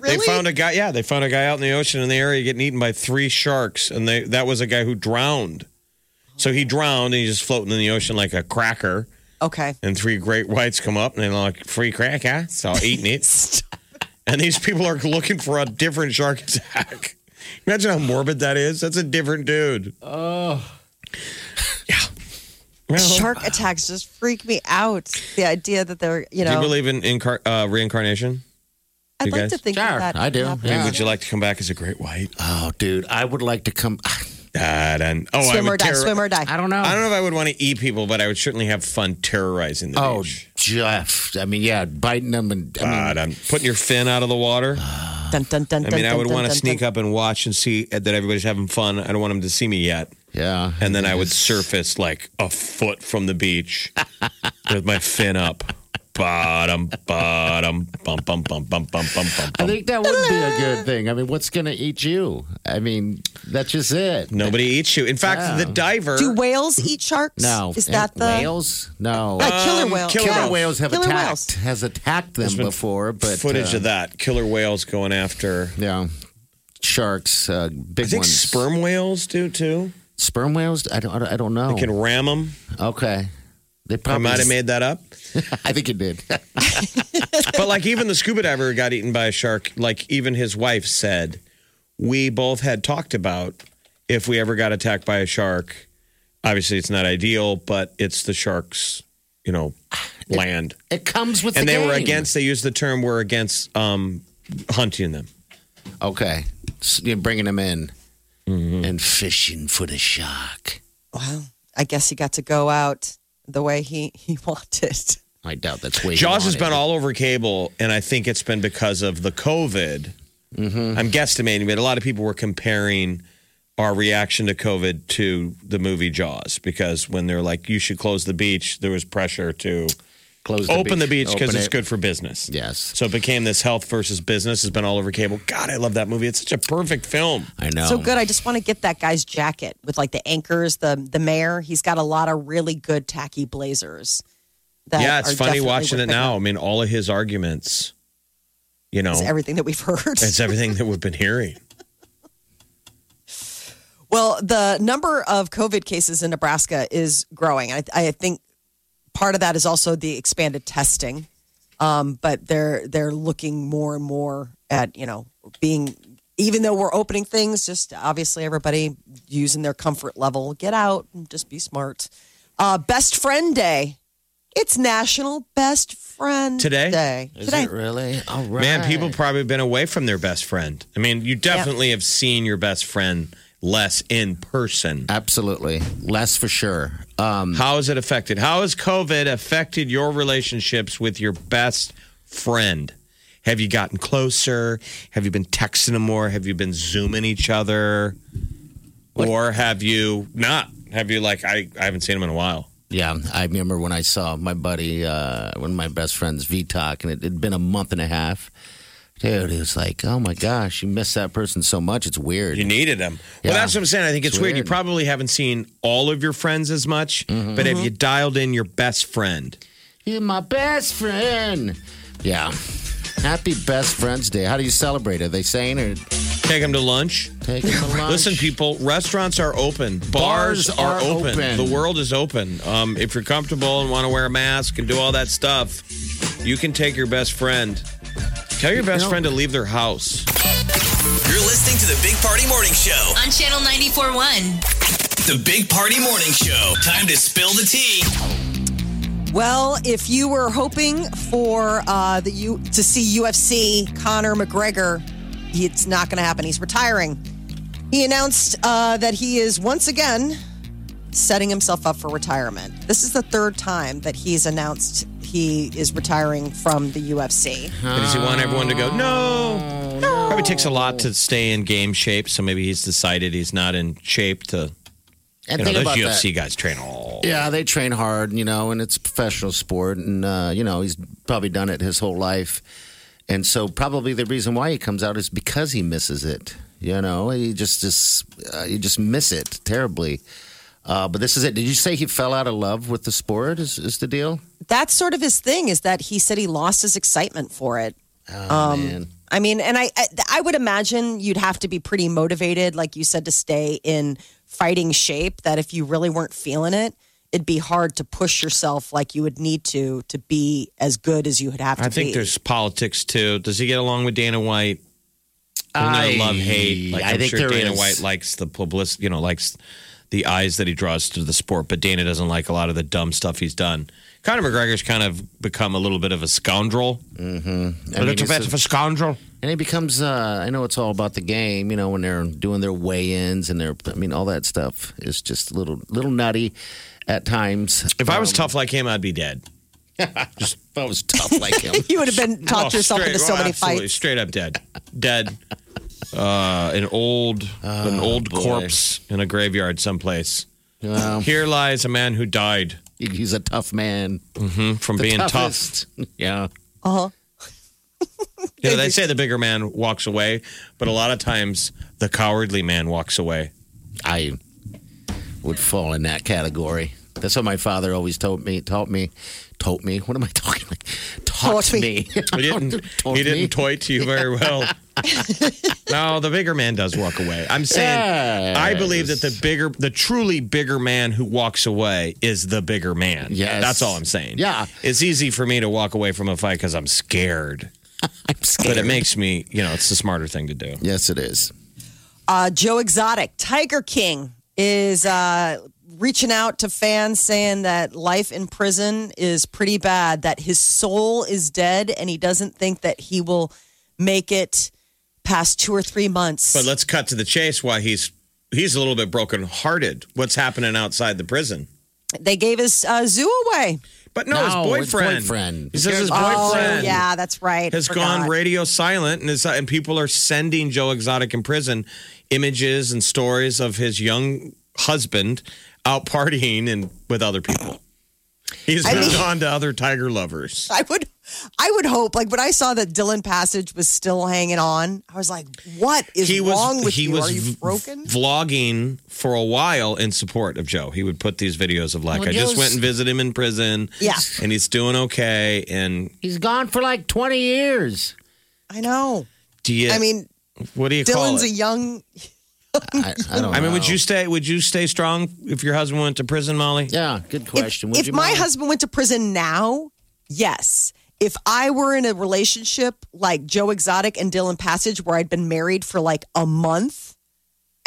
D: Really?
E: They found a guy. Yeah, they found a guy out in the ocean in the area getting eaten by three sharks, and they that was a guy who drowned. So he drowned, and he's just floating in the ocean like a cracker.
D: okay.
E: And three great whites come up, and they're like, "Free cracker!" So eating it. and these people are looking for a different shark attack. Imagine how morbid that is. That's a different dude. Oh. Yeah. Well,
D: Shark attacks just freak me out. The idea that they're, you
E: do you
D: know,
E: believe in, in car, uh, reincarnation?
D: I'd
E: you
D: like
E: guys?
D: to think
C: Sure,
D: that. that
C: I do.
D: happened.
C: Yeah.
E: Would you like to come back as a great white?
C: Oh, dude, I would like to come.
E: Ah, done. oh, I
D: swim or
E: would
D: die?
E: terror-
D: Swim or die?
C: I don't know.
E: I don't know if I would want to eat people, but I would certainly have fun terrorizing the
C: Oh, mm.
E: beach.
C: Jeff. I mean, yeah, biting them and I mean,
E: God, I'm putting your fin out of the water.
D: Dun, dun, dun,
E: I
D: dun,
E: mean, I
D: dun,
E: would
D: dun,
E: want to
D: dun,
E: sneak
D: dun.
E: up and watch and see that everybody's having fun. I don't want them to see me yet.
C: yeah,
E: And then I would surface like a foot from the beach with my fin up. Bottom, bottom, bum, bum, bum, bum, bum, bum, bum,
C: I
E: bum.
C: think that would be a good thing. I mean, what's gonna eat you? I mean, that's just it.
E: Nobody eats you. In fact, the diver.
D: Do whales eat sharks?
C: No, Eh,
D: Is that the
C: whales? No,
D: Uh, killer whale.
E: Um, killer
D: yeah.
C: killer whales have
D: Killer
C: attacked
D: whales.
C: has attacked them
E: been
C: before, but
E: footage
C: uh,
E: of that killer whales going after.
C: yeah, sharks, uh, big
E: I think
C: ones,
E: sperm whales do too.
C: sperm whales. I don't, I don't, I don't know.
E: They can ram them.
C: okay, they
E: I
C: probably.
E: might have made that up.
C: I think it did.
E: but like even the scuba diver who got eaten by a shark like even his wife said we both had talked about if we ever got attacked by a shark obviously it's not ideal but it's the sharks you know land
C: it comes with.
E: and
C: the
E: they were
C: game.
E: against they used the term we're against um hunting them
C: Okay, S- you're bringing them in
E: Mm-hmm.
C: and fishing for the shark.
D: Wow. I guess he got to go out the way he he wanted.
C: I doubt that's way.
E: jaws
C: you
E: has
C: want
E: been
C: it.
E: all over cable and i think it's been because of the covid i'm guesstimating but a lot of people were comparing our reaction to covid to the movie jaws because when they're like you should close the beach there was pressure to
C: Close
E: open the beach because
C: Open
E: it's
C: it.
E: good for business
C: Yes,
E: so it became this health versus business has been all over cable god i love that movie it's such a perfect film
C: I know.
D: So good. I just want to get that guy's jacket with like the anchors, the the mayor. He's got a lot of really good tacky blazers. That
E: yeah it's
D: are
E: funny
D: definitely
E: watching it
D: worth
E: now i mean all of his arguments you know
D: picking up. It's everything that we've heard.
E: it's everything that we've been hearing
D: Well, the number of COVID cases in Nebraska is growing. I, I think part of that is also the expanded testing, um, but they're they're looking more and more at you know being. Even though we're opening things, just obviously everybody using their comfort level. Get out and just be smart. Uh, Best Friend Day. It's National Best Friend
E: Today?
D: Day.
C: Is
D: Today.
C: it really? All right,
E: Man, people probably been away from their best friend. I mean, you definitely have seen your best friend less in person.
C: Absolutely. Less for sure. Um,
E: How has it affected? How has COVID affected your relationships with your best friend? Have you gotten closer? Have you been texting them more? Have you been zooming each other? Or have you not? Have you like I, I haven't seen him in a while.
C: yeah, I remember when I saw my buddy, uh, one of my best friends, VTOC, and it had been a month and a half. Dude, he was like, oh my gosh, you miss that person so much. It's weird.
E: You needed them. Well,
C: Yeah.
E: that's what I'm saying. I think it's,
C: It's
E: weird. You
C: weird. Mm-hmm.
E: probably haven't seen all of your friends as much, but have you dialed in your best friend?
C: You're my best friend. Yeah. Happy Best Friends Day. How do you celebrate? Are they saying or
E: Take them to lunch.
C: taking the lunch?
E: Listen, people, restaurants are open. Bars,
C: Bars
E: are,
C: are
E: open.
C: open.
E: The world is open. Um, if you're comfortable and want to wear a mask and do all that stuff, you can take your best friend. Tell your best
C: know-
E: friend to leave their house.
F: You're listening to the Big Party Morning Show.
B: On Channel 94.1.
F: The Big Party Morning Show. Time to spill the tea.
D: Well, if you were hoping for uh, the U- to see UFC Conor McGregor, it's not going to happen. He's retiring. He announced uh, that he is once again setting himself up for retirement. This is the third time that he's announced he is retiring from the UFC.
E: And does he want
C: Ah.
E: everyone to go, no, no? Probably takes a lot to stay in game shape. So maybe he's decided he's not in shape to. You
C: and
E: know,
C: think
E: those
C: about
E: UFC
C: that.
E: guys train all.
C: Yeah, they train hard, you know, and it's a professional sport. And, uh, you know, he's probably done it his whole life. And so, probably the reason why he comes out is because he misses it. You know, he just, just uh, you just miss it terribly. Uh, but this is it. Did you say he fell out of love with the sport? Is, is the deal?
D: That's sort of his thing is that he said he lost his excitement for it.
C: Oh,
E: Um,
C: man.
D: I mean, and I, I I would imagine you'd have to be pretty motivated, like you said, to stay in fighting shape. That if you really weren't feeling it, it'd be hard to push yourself like you would need to to be as good as you would have to
E: I think
D: be.
E: there's politics too. Does he get along with Dana White? I love hate. Like,
C: I
E: I'm
C: think
E: sure
C: there
E: Dana
C: is.
E: White likes the publicity, you know, likes the eyes that he draws to the sport, but Dana doesn't like a lot of the dumb stuff he's done. Conor McGregor's kind of become a little bit of a scoundrel.
C: I
E: a
C: mean,
E: little
C: it's a-
E: bit of a scoundrel.
C: And it becomes, uh, I know it's all about the game, you know, when they're doing their weigh ins and their, I mean, all that stuff is just a little, little nutty at times. Um,
E: If I was tough like him, I'd be dead.
C: If I was tough like him.
D: you would have been talked
E: Oh,
D: yourself
E: straight-
D: into so
E: oh,
D: many
E: absolutely,
D: fights.
E: Straight up dead. Dead. Uh, an old, an old corpse in a graveyard someplace.
C: Well,
E: Here lies a man who died
C: he's a tough man.
E: from being tough.
C: tough. Yeah.
D: Uh huh.
E: You know, they say the bigger man walks away, but a lot of times the cowardly man walks away.
C: I would fall in that category. That's what my father always told me, taught me, taught me. What am I talking like? Taught,
D: Taught
C: me.
D: me.
E: He didn't,
C: Taught
E: he
C: me.
E: didn't toy to you very well. no, the bigger man does walk away. I'm saying I believe that the bigger, the truly bigger man who walks away is the bigger man.
C: Yes.
E: That's all I'm saying.
C: Yeah.
E: It's easy for me to walk away from a fight because I'm scared,
C: I'm scared.
E: but it makes me, you know, it's the smarter thing to do.
C: yes, it is.
D: Uh, Joe Exotic, Tiger King, is uh, reaching out to fans saying that life in prison is pretty bad, that his soul is dead, and he doesn't think that he will make it past two or three months.
E: But let's cut to the chase why he's, he's a little bit brokenhearted. What's happening outside the prison?
D: they gave his uh, zoo away.
E: But no,
C: No,
E: his
C: his
E: boyfriend.
C: boyfriend.
E: He says his
D: Oh,
E: boyfriend
D: yeah, that's right.
E: has
D: Forgot.
E: gone radio silent, and is, uh, and people are sending Joe Exotic in prison images and stories of his young husband out partying and with other people. He's moved on to other tiger lovers.
D: I would, I would hope. Like when I saw that Dylan Passage was still hanging on, I was like, "What is wrong with you? Are you
E: v-
D: broken?"
E: vlogging for a while in support of Joe. He would put these videos of like,
C: Well,
E: I just
C: Joe's-
E: went and visited him in prison.
D: Yeah.
E: and he's doing okay. And
C: He's gone for like 20 years.
D: I know.
E: do you?
D: I mean,
E: what do you call
D: Dylan's
E: it?
D: a young.
C: I, I don't
E: I mean,
C: know.
E: would you stay? Would you stay strong if your husband went to prison, Molly?
C: Yeah, good question. would
D: if
C: you
D: my
C: mind?
D: husband went to prison now, yes. If I were in a relationship like Joe Exotic and Dylan Passage, where I'd been married for like a month,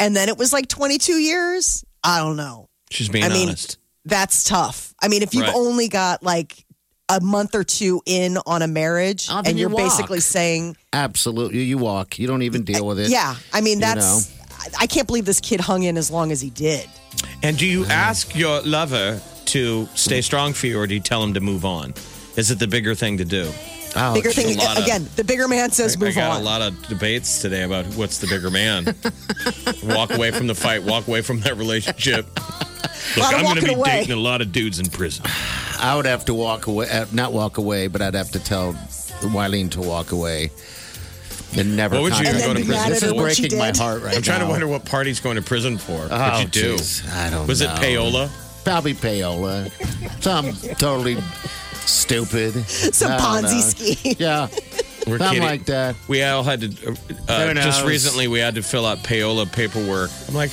D: and then it was like 22 years, I don't know.
E: She's being
D: I mean,
E: honest.
D: that's tough. I mean, if you've
E: Right.
D: only got like a month or two in on a marriage,
C: Oh, then
D: and
C: you
D: you're basically
C: walk.
D: saying,
C: Absolutely. You walk. You don't even deal with it.
D: yeah. I mean,
C: You
D: that's I can't believe this kid hung in as long as he did.
E: And do you ask your lover to stay strong for you, or do you tell him to move on? Is it the bigger thing to do?
C: Ouch.
D: Bigger thing
E: Oh, a lot of-
D: again. the bigger man says,
E: I
D: "Move
E: got
D: on."
E: a lot of debates today about what's the bigger man. walk away from the fight. Walk away from that relationship. Look,
D: Lot of
E: I'm going to be
D: walking away.
E: dating a lot of dudes in prison.
C: I would have to walk away, uh, not walk away, but I'd have to tell Wileen to walk away. And never
E: What would you
C: contact
E: go to
C: me.
E: prison
C: This is
E: for? What
D: she
C: breaking my
D: did?
C: heart right
E: I'm trying to
C: now.
E: wonder what party's going to prison for.
C: Oh,
E: What'd you do?
C: jeez. I don't
E: Was
C: know.
E: it payola?
C: Probably payola. Some totally stupid.
D: Some
C: I don't
D: Ponzi
C: know.
D: scheme.
C: Yeah.
E: We're
C: Something
E: kidding.
C: like that.
E: We all had to. uh, Uh,
C: Who knows?
E: just recently, we had to fill out payola paperwork. I'm like,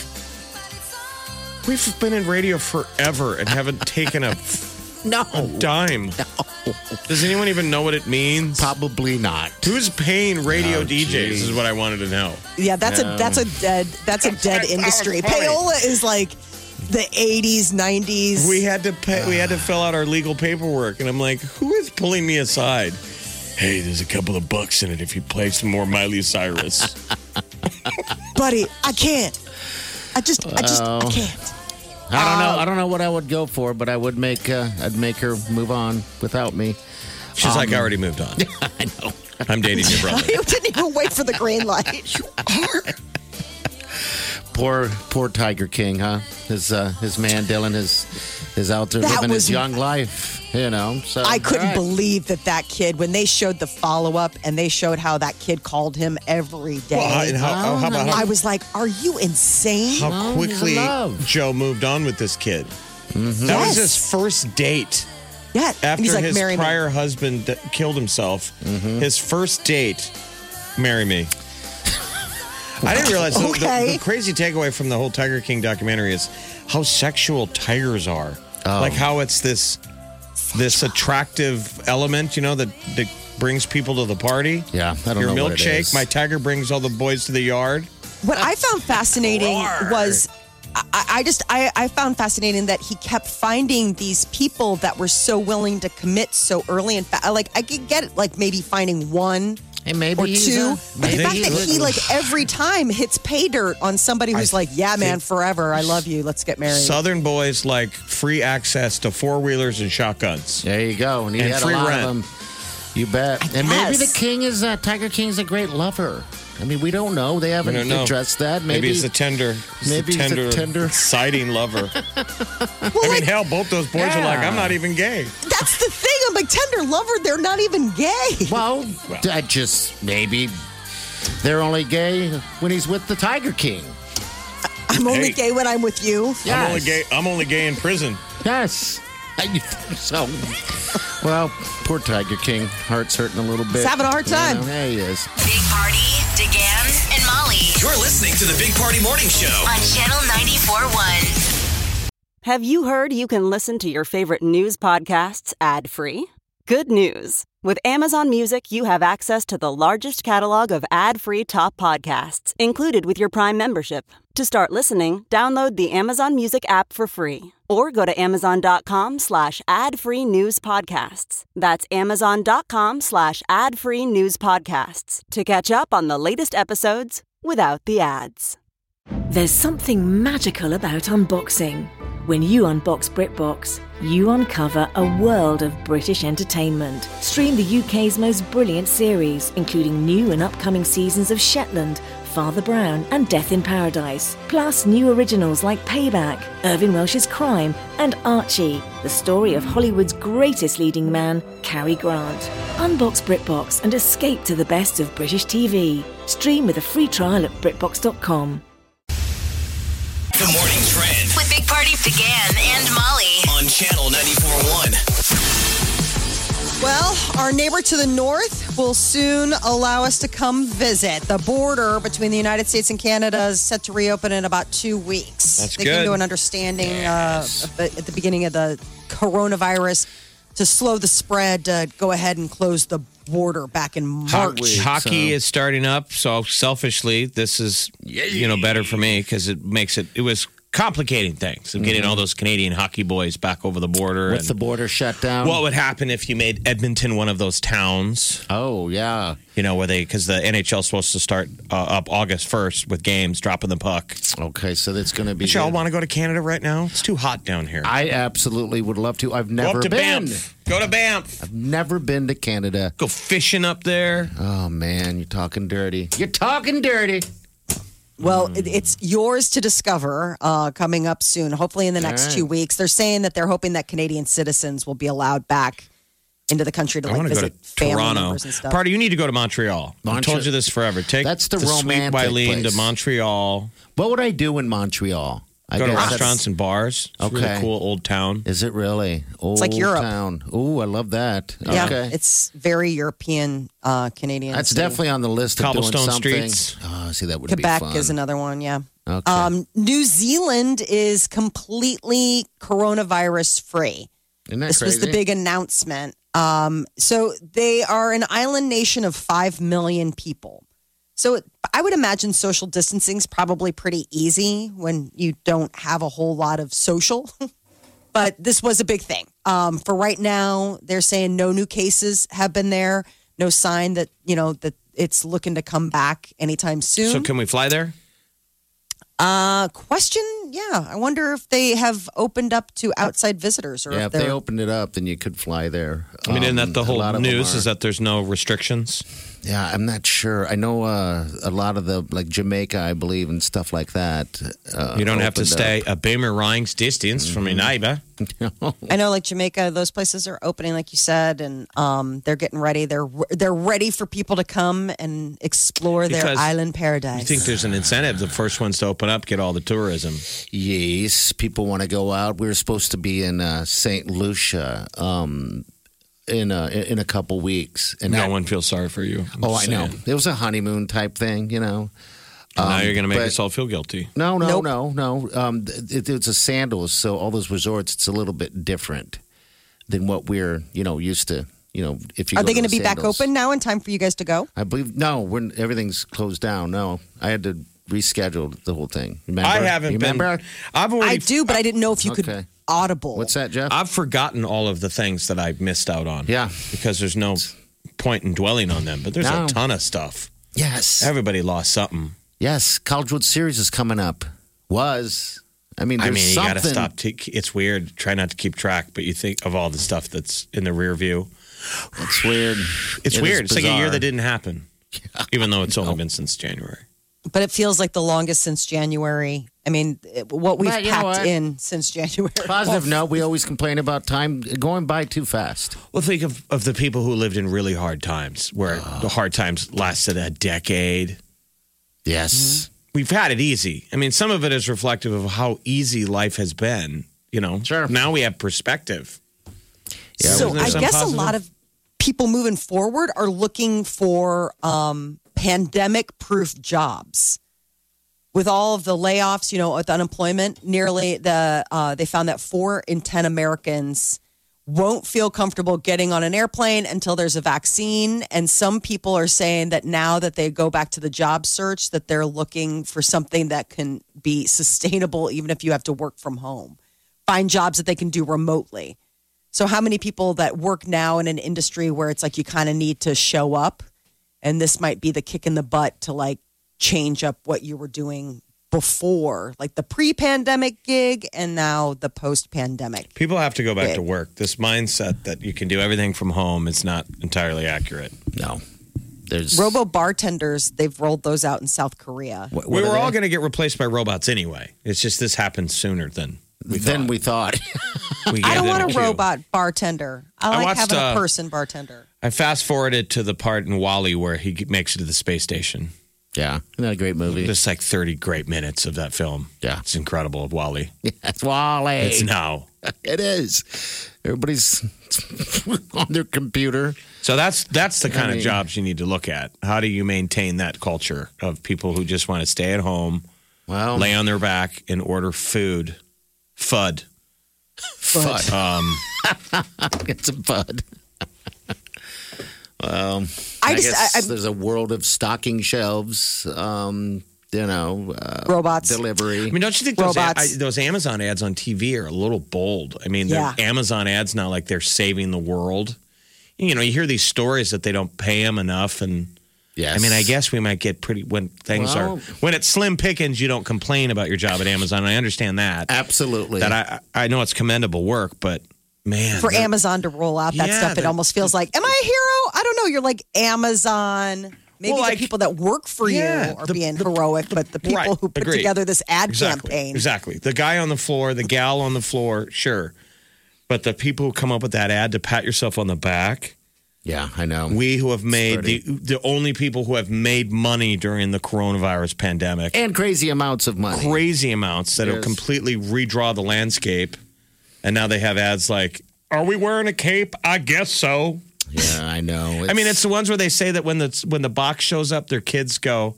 E: we've been in radio forever and haven't taken a
C: No.
E: dime. Does anyone even know what it means?
C: Probably not.
E: Who's paying radio
C: Oh,
E: DJs?
C: geez.
E: Is what I wanted to know.
D: Yeah, that's a that's a dead that's a dead industry. Payola is like the '80s, '90s.
E: We had to pay, we had to fill out our legal paperwork, and I'm like, who is pulling me aside? Hey, there's a couple of bucks in it if you play some more Miley Cyrus.
D: buddy, I can't. I just, I just,
E: Oh.
D: I can't.
C: I don't
D: Um,
C: know. I don't know what I would go for, but I would make uh, I'd make her move on without me.
E: She's like, I already moved on. Um, I know. I'm dating your brother.
D: You didn't even wait for the green light.
C: Poor poor Tiger King, huh? His uh, his man Dylan is is out there
D: That
C: living
D: was-
C: his young life, you know. So
D: I couldn't
C: all right.
D: believe that that kid, when they showed the follow up and they showed how that kid called him every day,
E: Well, and how, how, how about
D: I
E: how,
D: was like, are you insane?
E: how quickly
C: love. Mm-hmm.
E: Joe moved on with this kid? That was
D: Yes.
E: his first date.
D: yeah. and
E: after
D: he's like,
E: his
D: marry me."
E: prior husband that killed himself,
C: Mm-hmm.
E: his first date, marry me. I didn't realize the- the- the,
D: Okay.
E: crazy takeaway from the whole Tiger King documentary is how sexual tigers are.
C: Oh.
E: Like how it's this this attractive element, you know, that, that brings people to the party.
C: Yeah, I don't
E: Your
C: know what it
E: milkshake,
C: is.
E: my tiger brings all the boys to the yard.
D: What I found fascinating was I, I just I, I found fascinating that he kept finding these people that were so willing to commit so early and fa- like I could get it like maybe finding one
C: Hey, maybe
D: or
C: he's
D: two,
C: a-
D: but the
C: maybe
D: fact
C: he's
D: that
C: a-
D: he like every time hits pay dirt on somebody who's like, yeah, man, forever, I love you, let's get married.
E: Southern boys like free access to four wheelers and shotguns.
C: There you go, and he
E: And
C: had
E: free
C: a lot
E: rent.
C: of them. You bet.
D: I
C: and maybe
D: guess.
C: the king is uh, Tiger King's a great lover. I mean, we don't know. They
E: I
C: haven't
E: don't know.
C: addressed that.
E: Maybe,
C: Maybe,
E: it's a tender, it's
C: maybe
E: a
C: it's a
E: tender,
C: tender-
E: siding lover.
D: well,
E: I mean,
D: like
E: hell, both those boys are like, I'm not even gay.
D: that's the thing. I'm like tender lover. They're not even gay.
C: well, I just maybe they're only gay when he's with the Tiger King.
D: I'm only gay
E: hey.
D: when I'm with you.
E: I'm
C: Yes.
E: only gay. I'm only gay in prison.
C: Yes. I- So, well, poor Tiger King. Heart's hurting a little
D: He's
C: bit.
D: having a hard time.
C: You know, there he is.
B: Big Party, DeGan, and Molly
F: You're listening to the Big Party Morning Show.
B: on Channel 94.1.
H: Have you heard you can listen to your favorite news podcasts ad free? Good news! With Amazon Music, you have access to the largest catalog of ad free top podcasts included with your Prime membership. To start listening, download the Amazon Music app for free or go to amazon.com slash ad free news podcasts. That's amazon.com slash ad free news podcasts to catch up on the latest episodes without the ads.
I: There's something magical about unboxing. When you unbox BritBox, you uncover a world of British entertainment. Stream the UK's most brilliant series, including new and upcoming seasons of Shetland, Father Brown, and Death in Paradise. Plus, new originals like Payback, Irving Welsh's Crime, and Archie, the story of Hollywood's greatest leading man, Cary Grant. Unbox BritBox and escape to the best of British TV. Stream with a free trial at BritBox.com.
F: The Morning Trend
B: With Big Party, DeGan, and Molly.
F: on Channel 94.1.
D: Well, our neighbor to the north will soon allow us to come visit. The border between the United States and Canada is set to reopen in about two weeks.
E: That's
D: they
E: good.
D: came to an understanding uh, at the beginning of the coronavirus to slow the spread to go ahead and close the border back in March.
C: week,
E: Hockey
C: so-
E: is starting up, so selfishly, this is you know better for me because it makes it. It was complicating things of getting all those Canadian hockey boys back over Mm-hmm. the border.
C: With
E: and
C: the border shut down.
E: what would happen if you made Edmonton one of those towns?
C: Oh yeah,
E: you know where they because the NHL's supposed to start uh, up August first with games dropping the puck.
C: okay, so that's going to be.
E: Don't y'all
C: good.
E: want to go to Canada right now? It's too hot down here.
C: I absolutely would love to. I've
E: go
C: never
E: up to
C: been.
E: Banff. Go to Banff.
C: Never been to Canada.
E: Go fishing up there.
C: Oh man, you're talking dirty. You're talking dirty.
D: Well,
E: Mm.
D: it it's yours to discover uh, coming up soon, hopefully in the next
C: right.
D: two weeks. They're saying that they're hoping that Canadian citizens will be allowed back into the country to
E: I
D: like
E: want to go to
D: visit family
E: Toronto.
D: members and stuff.
E: Party, you need to go to Montreal. I've
C: Montre-
E: told you this forever. Take
C: That's the
E: sweet
C: romantic
E: Wileen to
C: place.
E: Montreal.
C: What would I do in Montreal? I
E: go to
C: guess that's-
E: restaurants and bars. It's a really
C: Okay.
E: cool old town.
C: Is it really? Old
D: like Europe.
C: Town. Ooh, I love that.
D: yeah,
C: okay.
D: it's very European uh, Canadian.
C: that's
D: city.
C: definitely on the list of
E: Cobblestone
C: doing something.
E: streets.
C: Oh, see, that would
D: Quebec
C: be fun.
D: is another one. Yeah.
C: Okay.
D: Um, New Zealand is completely coronavirus free.
C: Isn't that
D: This was the
C: crazy?
D: big announcement. Um, so they are an island nation of 5 million people. So it, I would imagine social distancing is probably pretty easy when you don't have a whole lot of social. but this was a big thing. Um, for right now, they're saying no new cases have been there, no sign that, you know, that it's looking to come back anytime soon.
E: So can we fly there?
D: Uh, question. Yeah, I wonder if they have opened up to outside visitors or
C: Uh, Yeah,
D: if
C: if
D: they're.
C: they opened it up, then you could fly there. Um,
E: I mean, isn't that the whole news? Is
C: that?
E: that there's no restrictions?
C: Yeah, I'm not sure. I know uh, a lot of the like Jamaica, I believe, and stuff like that. Uh,
E: You don't have to stay
C: opened Mm-hmm.
E: a boomerang's distance from your neighbor.
C: up.
D: I know, like Jamaica, those places are opening, like you said, and um, they're getting ready. They're they're ready for people to come and explore their
E: Because
D: island paradise.
E: You think there's an incentive? The first ones to open up get all the tourism.
C: yes, people want to go out. We were supposed to be in uh, Saint Lucia um, in a, in a couple weeks, and
E: No
C: that-
E: one feels sorry for you. I'm
C: Oh, I
E: just
C: know.
E: saying.
C: It was a honeymoon type thing, you know.
E: And now you're going to make
C: but-
E: us all feel guilty.
C: No, no,
D: Nope.
C: no, no. Um, it, it's a sandals, so all those resorts, it's a little bit different than what we're you know used to. You know, if you
D: are
C: go
D: they
C: to
D: going to
C: the
D: be back
C: sandals.
D: open now in time for you guys to go?
C: I believe no, when everything's closed down. No, I had to reschedule the whole thing. Remember?
E: I haven't
C: You
E: been.
C: Remember?
E: I've
D: I
E: already.
D: do, but I didn't know if you could
C: Okay.
D: audible.
C: What's that, Jeff?
E: I've forgotten all of the things that I missed out on.
C: Yeah.
E: Because there's no point in dwelling on them, but there's
C: No.
E: a ton of stuff.
C: yes,
E: Everybody lost something.
C: yes. College World Series is coming up. Was I mean?
E: I
C: There's
E: mean, you
C: something.
E: got to stop. To, it's weird. Try not to keep track, but you think of all the stuff that's in the rear view.
C: It's weird.
E: It's
C: It is
E: weird. It's like a year
C: bizarre.
E: that didn't happen, even though it's only been since January.
D: But it feels like the longest since January. I mean, it- what we've
C: But you know
D: packed
C: what?
D: in since January.
C: Positive note: We always complain about time going by too fast.
D: Mm-hmm.
E: Well, think of, of the people who lived in really hard times, where the hard times lasted a decade.
C: Yes.
E: We've had it easy. I mean, some of it is reflective of how easy life has been. You know,
C: Sure.
E: Now we have perspective.
C: Yeah,
D: so
E: wasn't there
D: I
E: some
D: guess a
E: positive?
D: lot of people moving forward are looking for um, pandemic proof jobs. With all of the layoffs, you know, with unemployment, nearly the uh, they found that four in ten Americans won't feel comfortable getting on an airplane until there's a vaccine and some people are saying that now that they go back to the job search that they're looking for something that can be sustainable even if you have to work from home find jobs that they can do remotely so how many people that work now in an industry where it's like you kind of need to show up and this might be the kick in the butt to like change up what you were doing before like the pre-pandemic gig and now the post-pandemic
E: People have to go back to work. This mindset that you can do everything from home is not entirely accurate.
C: No. There's
D: Robo bartenders, they've rolled those out in South Korea.
C: What-
E: we
C: what
E: were
C: are
E: all
C: they?
E: going to get replaced by robots anyway. It's just this happened sooner than we
C: Then
E: thought.
C: we thought.
E: We
D: I don't
E: gave them
D: want a
E: cue.
D: robot bartender. I
E: I
D: like
E: watched,
D: having
E: uh,
D: a person bartender.
E: I fast forwarded to the part in Wally where he makes it to the space station.
C: yeah. Isn't that a great movie?
E: Just like 30 great minutes of that film.
C: Yeah.
E: It's incredible of Wally.
C: That's Wally.
E: It's now.
C: It is. Everybody's on their computer.
E: So that's that's the kind
C: I mean-
E: of jobs you need to look at. How do you maintain that culture of people who just want to stay at home,
C: Well,
E: lay on their back and order food, fud.
C: fud.
E: Um,
C: It's a fud.
D: I,
C: I,
D: just,
C: guess
D: I, I,
C: there's a world of stocking shelves. Um, you know, uh,
D: Robots.
C: delivery.
E: I mean, don't you think those, ad, I,
D: Robots.
E: those Amazon ads on TV are a little bold? I mean, the
D: Yeah.
E: Amazon ads now like they're saving the world. You know, you hear these stories that they don't pay them enough, and
C: yes.
E: I mean, I guess we might get pretty when things are
C: Well-
E: when it's slim pickings. You don't complain about your job at Amazon. I understand that.
C: absolutely.
E: That I I know it's commendable work, but man,
D: for
E: they're-
D: Amazon to roll out that
E: Yeah,
D: stuff, it
E: that-
D: almost feels like, am I a hero? I don't know. You're like Amazon. Maybe
E: Well,
D: the
E: like-
D: people that work for
E: Yeah,
D: you are
E: the-
D: being
E: the-
D: heroic, but the people
E: Right,
D: who put
E: agreed.
D: together this ad
E: exactly,
D: campaign.
E: Exactly. The guy on the floor, the gal on the floor, sure. But the people who come up with that ad to pat yourself on the back,
C: yeah, I know.
E: we who have made
C: pretty-
E: the the only people who have made money during the coronavirus pandemic,
C: and crazy amounts of money.
E: crazy amounts that have
C: Yes.
E: completely redraw the landscape, and now they have ads like, "Are we wearing a cape? I guess so."
C: yeah, I know.
E: I mean, it's the ones where they say that when the when the box shows up, their kids go,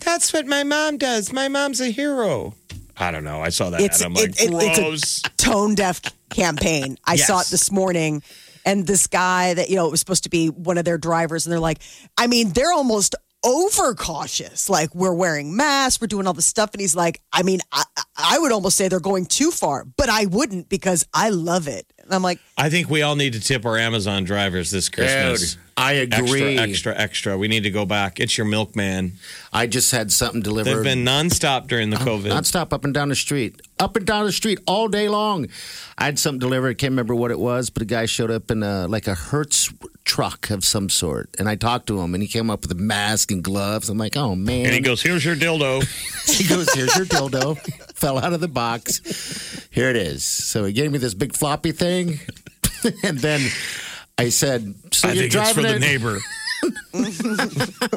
E: "That's what my mom does. My mom's a hero." I don't know. I saw that.
D: It's
E: ad. I'm
D: it-
E: like,
D: it-
E: gross.
D: it's a tone deaf campaign. I saw it
E: Yes.
D: this morning, and this guy that you know it was supposed to be one of their drivers, and they're like, I mean, they're almost overcautious. Like we're wearing masks, we're doing all this stuff, and he's like, I mean, I, I would almost say they're going too far, but I wouldn't because I love it. And I'm like,
E: I think we all need to tip our Amazon drivers this Christmas.
C: Dude, I agree.
E: Extra, extra, extra. We need to go back. It's your milkman.
C: I just had something
E: They've
C: delivered.
E: been nonstop during the COVID.
C: Nonstop up and down the street, up and down the street all day long. I had something delivered. I can't remember what it was, but a guy showed up in a like a Hertz truck of some sort, and I talked to him, and he came up with a mask and gloves. I'm like, oh man.
E: and he goes, "Here's your dildo."
C: He goes, here's your dildo. Fell out of the box. Here it is. So he gave me this big floppy thing, and then I said, so you're driving it-
E: neighbor.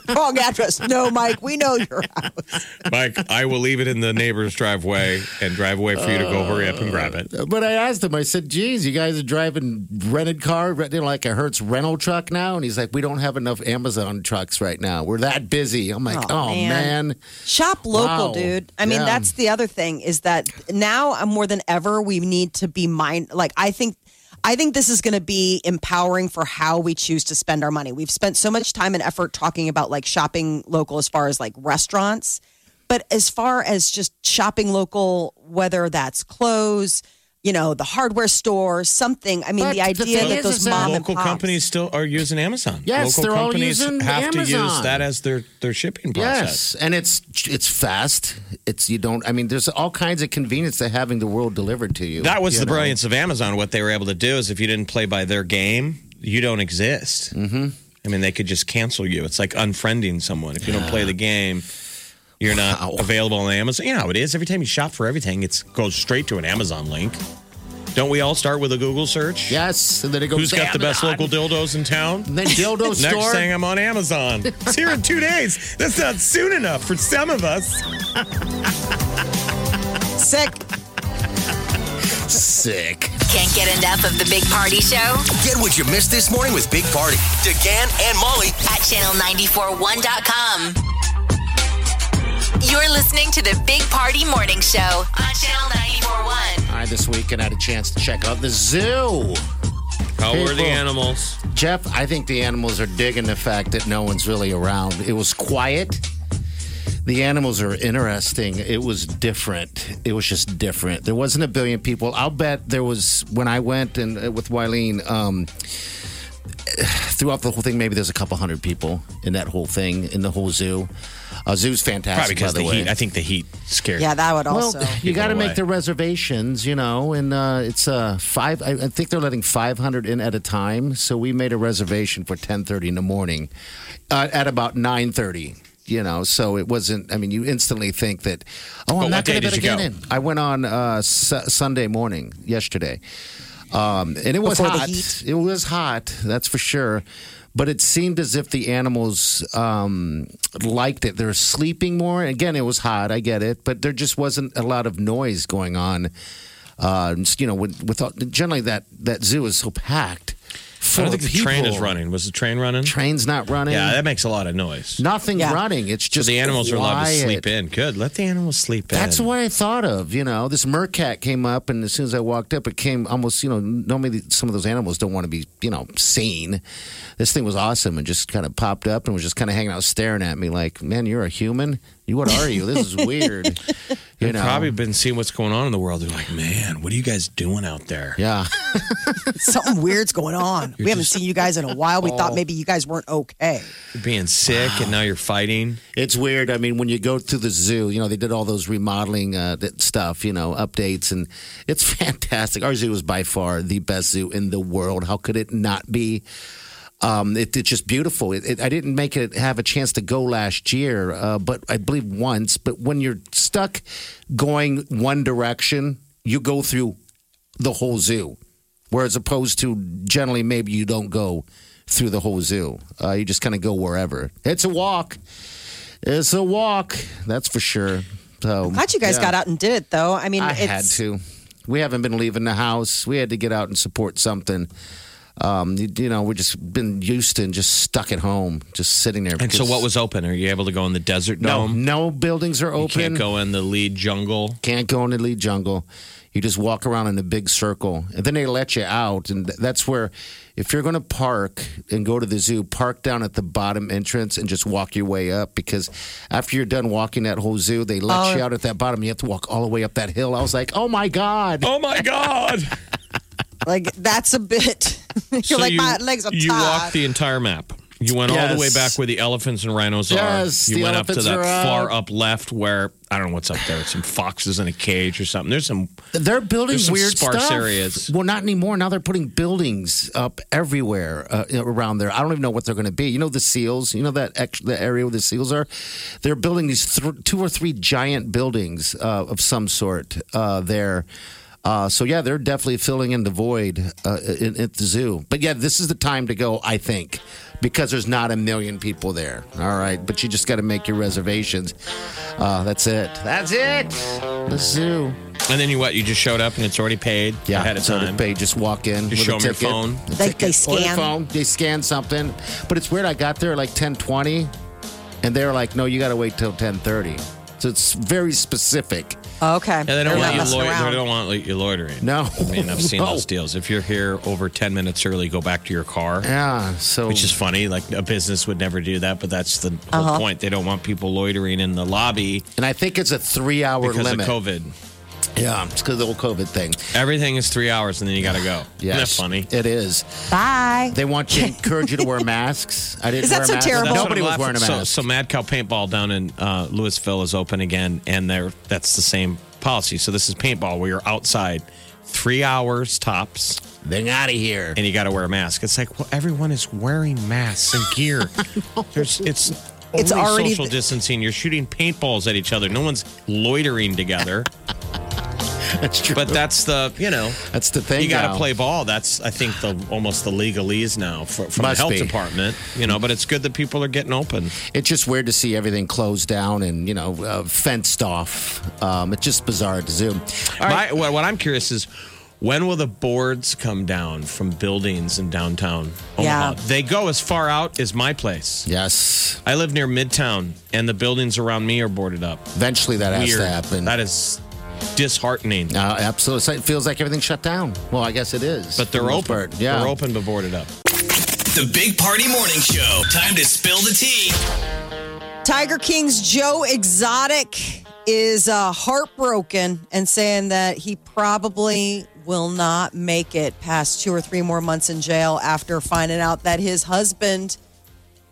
D: wrong address. No, Mike, we know your house.
E: Mike, I will leave it in the neighbor's driveway and drive away for you to go hurry up and grab it.
C: But I asked him, I said, geez, you guys are driving rented car, rent- you know, like a Hertz rental truck now? And he's like, we don't have enough Amazon trucks right now. We're that busy. I'm like, oh,
D: Aw,
C: man.
D: man. Shop local,
C: Wow.
D: dude. I mean,
C: Yeah.
D: that's the other thing is that now uh, more than ever we need to be mind like I think I think this is going to be empowering for how we choose to spend our money. We've spent so much time and effort talking about like shopping local as far as like restaurants, but as far as just shopping local whether that's clothes, you know, the hardware store, something. I mean,
C: But
D: the
C: the
D: idea
C: thing
D: that
C: is,
D: those
C: is that-
D: mom and
E: Local
D: pops-
E: companies still are using Amazon.
C: Yes,
E: Local
C: they're all
E: companies
C: using
E: have to use
C: Amazon.
E: that as their their shipping process.
C: Yes, and it's it's fast. It's you don't. I mean, there's all kinds of convenience to having the world delivered to you.
E: That was
C: you
E: the
C: know?
E: brilliance of Amazon. What they were able to do is if you didn't play by their game, you don't exist. Mm-hmm. I mean, they could just cancel you. It's like unfriending someone. If you don't play the game, you're
C: Wow.
E: not available on Amazon. You know how it is. Every time you shop for everything, it goes straight to an Amazon link. Don't we all start with a Google search?
C: Yes, and then it goes.
E: Who's got the best
C: Amazon.
E: local dildos in town?
C: And then dildo
E: Next
C: store.
E: thing I'm on Amazon. It's here in two days. That's not soon enough for some of us.
D: sick
C: Sick.
B: Can't get enough of the Big Party Show
F: Get what you missed this morning with Big Party. DeGan and Molly
B: at channel941.com. You're listening to the Big Party Morning Show on channel 941.
C: All right, this weekend I had a chance to check out the zoo.
E: How
C: People.
E: were the animals?
C: Jeff, I think the animals are digging the fact that no one's really around. It was quiet. The animals are interesting. It was different. It was just different. There wasn't a billion people. I'll bet there was when I went and uh, with Wileen. Um, throughout the whole thing, maybe there's a couple hundred people in that whole thing in the whole zoo. Uh, zoo's
E: Probably
C: fantastic,
E: because
C: by the
E: the
C: way.
E: heat. I think the heat scared
D: Yeah, that would
C: Well,
D: also.
C: you got to
E: away.
C: make the reservations, you know, and uh, it's uh, five. I, I think they're letting five hundred in at a time. So we made a reservation for ten thirty in the morning, uh, at about nine thirty. You know, so it wasn't. I mean, you instantly think that, oh, I'm
E: But
C: not
E: what
C: going
E: day
C: to be able to
E: did you
C: get in.
E: go?
C: I went on uh, su- Sunday morning yesterday, um, and it was
D: Before the
C: hot.
D: heat.
C: It was hot, that's for sure. But it seemed as if the animals um, liked it. They're sleeping more. Again, it was hot. I get it, but there just wasn't a lot of noise going on. Uh, you know, with, with all, generally that that zoo is so packed.
E: I
C: full
E: don't think the
C: of
E: train
C: people.
E: is running. Was the train running?
C: Train's not running.
E: Yeah, that makes a lot of noise.
C: Nothing's
D: Yeah.
C: running. It's
E: So
C: just
E: the animals are allowed to
C: quiet.
E: sleep in. Good. Let the animals sleep in.
C: That's what I thought of. You know, this meerkat came up, and as soon as I walked up, it came almost. You know, normally some of those animals don't want to be, you know, seen. This thing was awesome and just kind of popped up and was just kind of hanging out, staring at me like, "Man, you're a human. You what are you? This is weird." you
E: They've
C: know,
E: probably been seeing what's going on in the world. They're like, man, what are you guys doing out there?
C: yeah.
D: Something weird's going on. we haven't seen you guys in a while. We
C: Oh.
D: thought maybe you guys weren't okay.
E: You're being sick, and now you're fighting.
C: It's weird. I mean, when you go through the zoo, you know, they did all those remodeling uh, that stuff, you know, updates, and it's fantastic. Our zoo is by far the best zoo in the world. How could it not be? Um, it, it's just beautiful. It, it, I didn't make it have a chance to go last year, uh, but I believe once. But when you're stuck going one direction, you go through the whole zoo, whereas opposed to generally maybe you don't go through the whole zoo. Uh, you just kind of go wherever. It's a walk. It's a walk, that's for sure. So
D: Glad you guys
C: yeah.
D: got out and did it though. I mean,
C: I
D: it's,
C: had to. We haven't been leaving the house. We had to get out and support something. Um, you, you know, we just been used to and just stuck at home, just sitting there.
E: And so,
C: because-
E: what was open? Are you able to go in the desert
C: no?
E: dome?
C: No buildings are
E: You
C: open.
E: can't go in the lead jungle.
C: Can't go into the jungle. You just walk around in a big circle, and then they let you out. And th- that's where, if you're going to park and go to the zoo, park down at the bottom entrance and just walk your way up. Because after you're done walking that whole zoo, they
D: Oh.
C: let you out at that bottom. You have to walk all the way up that hill. I was like, oh my god!
E: Oh my God!
D: like that's a bit. You're
E: So
D: like
E: you-
D: my legs are
E: You walked
D: tired.
E: the entire map. You went all the way
C: Yes.
E: back where the elephants and rhinos
C: Yes,
E: are. You
C: the
E: went up to
C: elephants
E: that
C: are out.
E: far up left where I don't know what's up there. Some foxes in a cage or something. There's some
C: They're building
E: There's some
C: weird
E: sparse
C: stuff.
E: areas.
C: Well, not anymore. Now they're putting buildings up everywhere uh, around there. I don't even know what they're going to be. You know the seals. You know that ex- the area where the seals are. They're building these th- two or three giant buildings uh, of some sort uh, there. Uh, so yeah, they're definitely filling in the void uh, in, at the zoo. But yeah, this is the time to go. I think. Because there's not a million people there. All right. But you just got to make your reservations. Uh, that's it. That's it. The zoo.
E: And then you what? You just showed up and it's already paid
C: Yeah,
E: ahead of
C: so
E: time.
C: They just walk in.
E: Just show 'em
C: with a
E: your
C: ticket,
E: phone.
C: a
D: They- they
C: ticket, or their
D: scan.
C: phone. They scan something, but it's weird. I got there at like ten twenty, and they're like, "No, you got to wait till ten thirty. So it's very specific.
D: okay.
E: Yeah, they don't
D: They're
E: want
D: not
E: you
D: messing
E: loiter-
D: around.
E: They don't want you loitering.
C: No.
E: I mean I've seen
C: No.
E: those deals. If you're here over ten minutes early, go back to your car.
C: Yeah. So
E: Which is funny. Like a business would never do that, but that's the whole
D: Uh-huh.
E: point. They don't want people loitering in the lobby
C: and I think it's a three hour
E: because
C: limit.
E: of COVID.
C: Yeah, it's because of the whole COVID thing.
E: Everything is three hours and then you got to go.
C: Yeah,
E: Isn't that funny?
C: It is.
D: Bye.
C: They want to encourage you to wear masks. I didn't.
D: Is that
C: wear a
D: so
C: mask.
D: terrible?
E: That's what
C: Nobody
E: I'm
C: was wearing a
E: laughing-
C: mask.
E: So, so Mad Cow Paintball down in uh, Louisville is open again, and there that's the same policy. So this is paintball where you're outside three hours tops,
C: They're out of here.
E: and you got to wear a mask. It's like, well, everyone is wearing masks and gear. There's it's.
D: It's
E: only
D: already-
E: social distancing. You're shooting paintballs at each other. No one's loitering together.
C: That's true.
E: But that's the you know
C: That's the thing.
E: you got to
C: now.
E: play ball. That's I think the almost the legalese now for, from
C: Must
E: the health
C: be.
E: department. You know, but it's good that people are getting open.
C: It's just weird to see everything closed down and you know uh, fenced off. Um, it's just bizarre to Zoom. All right,
E: My, what, what I'm curious is when will the boards come down from buildings in downtown Omaha?
D: Yeah.
E: They go as far out as my place.
C: yes,
E: I live near Midtown, and the buildings around me are boarded up.
C: eventually that has
E: Weird.
C: to happen.
E: That is disheartening.
C: uh, absolutely, it feels like everything's shut down. Well, I guess it is,
E: But they're
C: for the
E: open.
C: most part. Yeah,
E: They're open but boarded up.
F: The Big Party Morning Show. Time to spill the tea.
D: Tiger King's Joe Exotic is uh, heartbroken and saying that he probably will not make it past two or three more months in jail after finding out that his husband,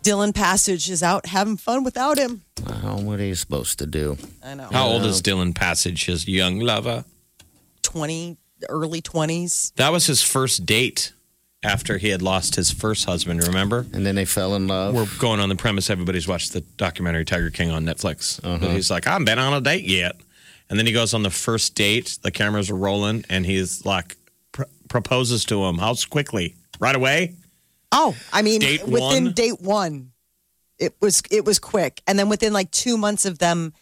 D: Dylan Passage, is out having fun without him.
C: Well, what are you supposed to do?
D: I know.
E: How old is Dylan Passage, his young lover?
D: 20, early 20s.
E: That was his first date after he had lost his first husband, remember?
C: And then they fell in love.
E: We're going on the premise everybody's watched the documentary Tiger King on Netflix.
C: Uh-huh.
E: But he's like, I haven't been on a date yet. And then he goes on the first date, the cameras are rolling, and he's like, pr- proposes to him. How quickly? Right away?
D: Oh, I mean,
E: Date
D: within
E: one?
D: date one, it was it was quick, and then within like two months of them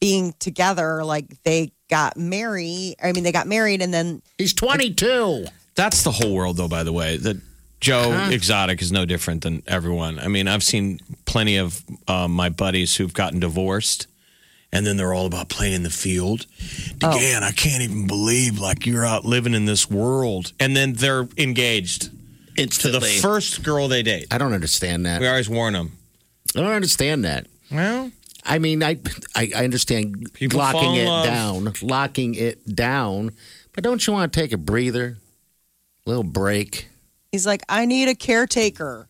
D: being together, like they got married. I mean, they got married, and then
C: He's 22.
E: That's the whole world, though, by the way. That Joe
J: Huh.
E: Exotic is no different than everyone. I mean, I've seen plenty of uh, my buddies who've gotten divorced, and then they're all about playing in the field.
D: Oh.
E: Dan, I can't even believe like you're out living in this world, and then they're engaged.
C: It's
E: to the first girl they date.
C: I don't understand that.
E: We always warn them.
C: I don't understand that.
E: Well,
C: I mean, I I, I understand
E: People fall
C: locking
E: in
C: it
E: love.
C: down, locking it down, but don't you want to take a breather, little break?
D: He's like, I need a caretaker.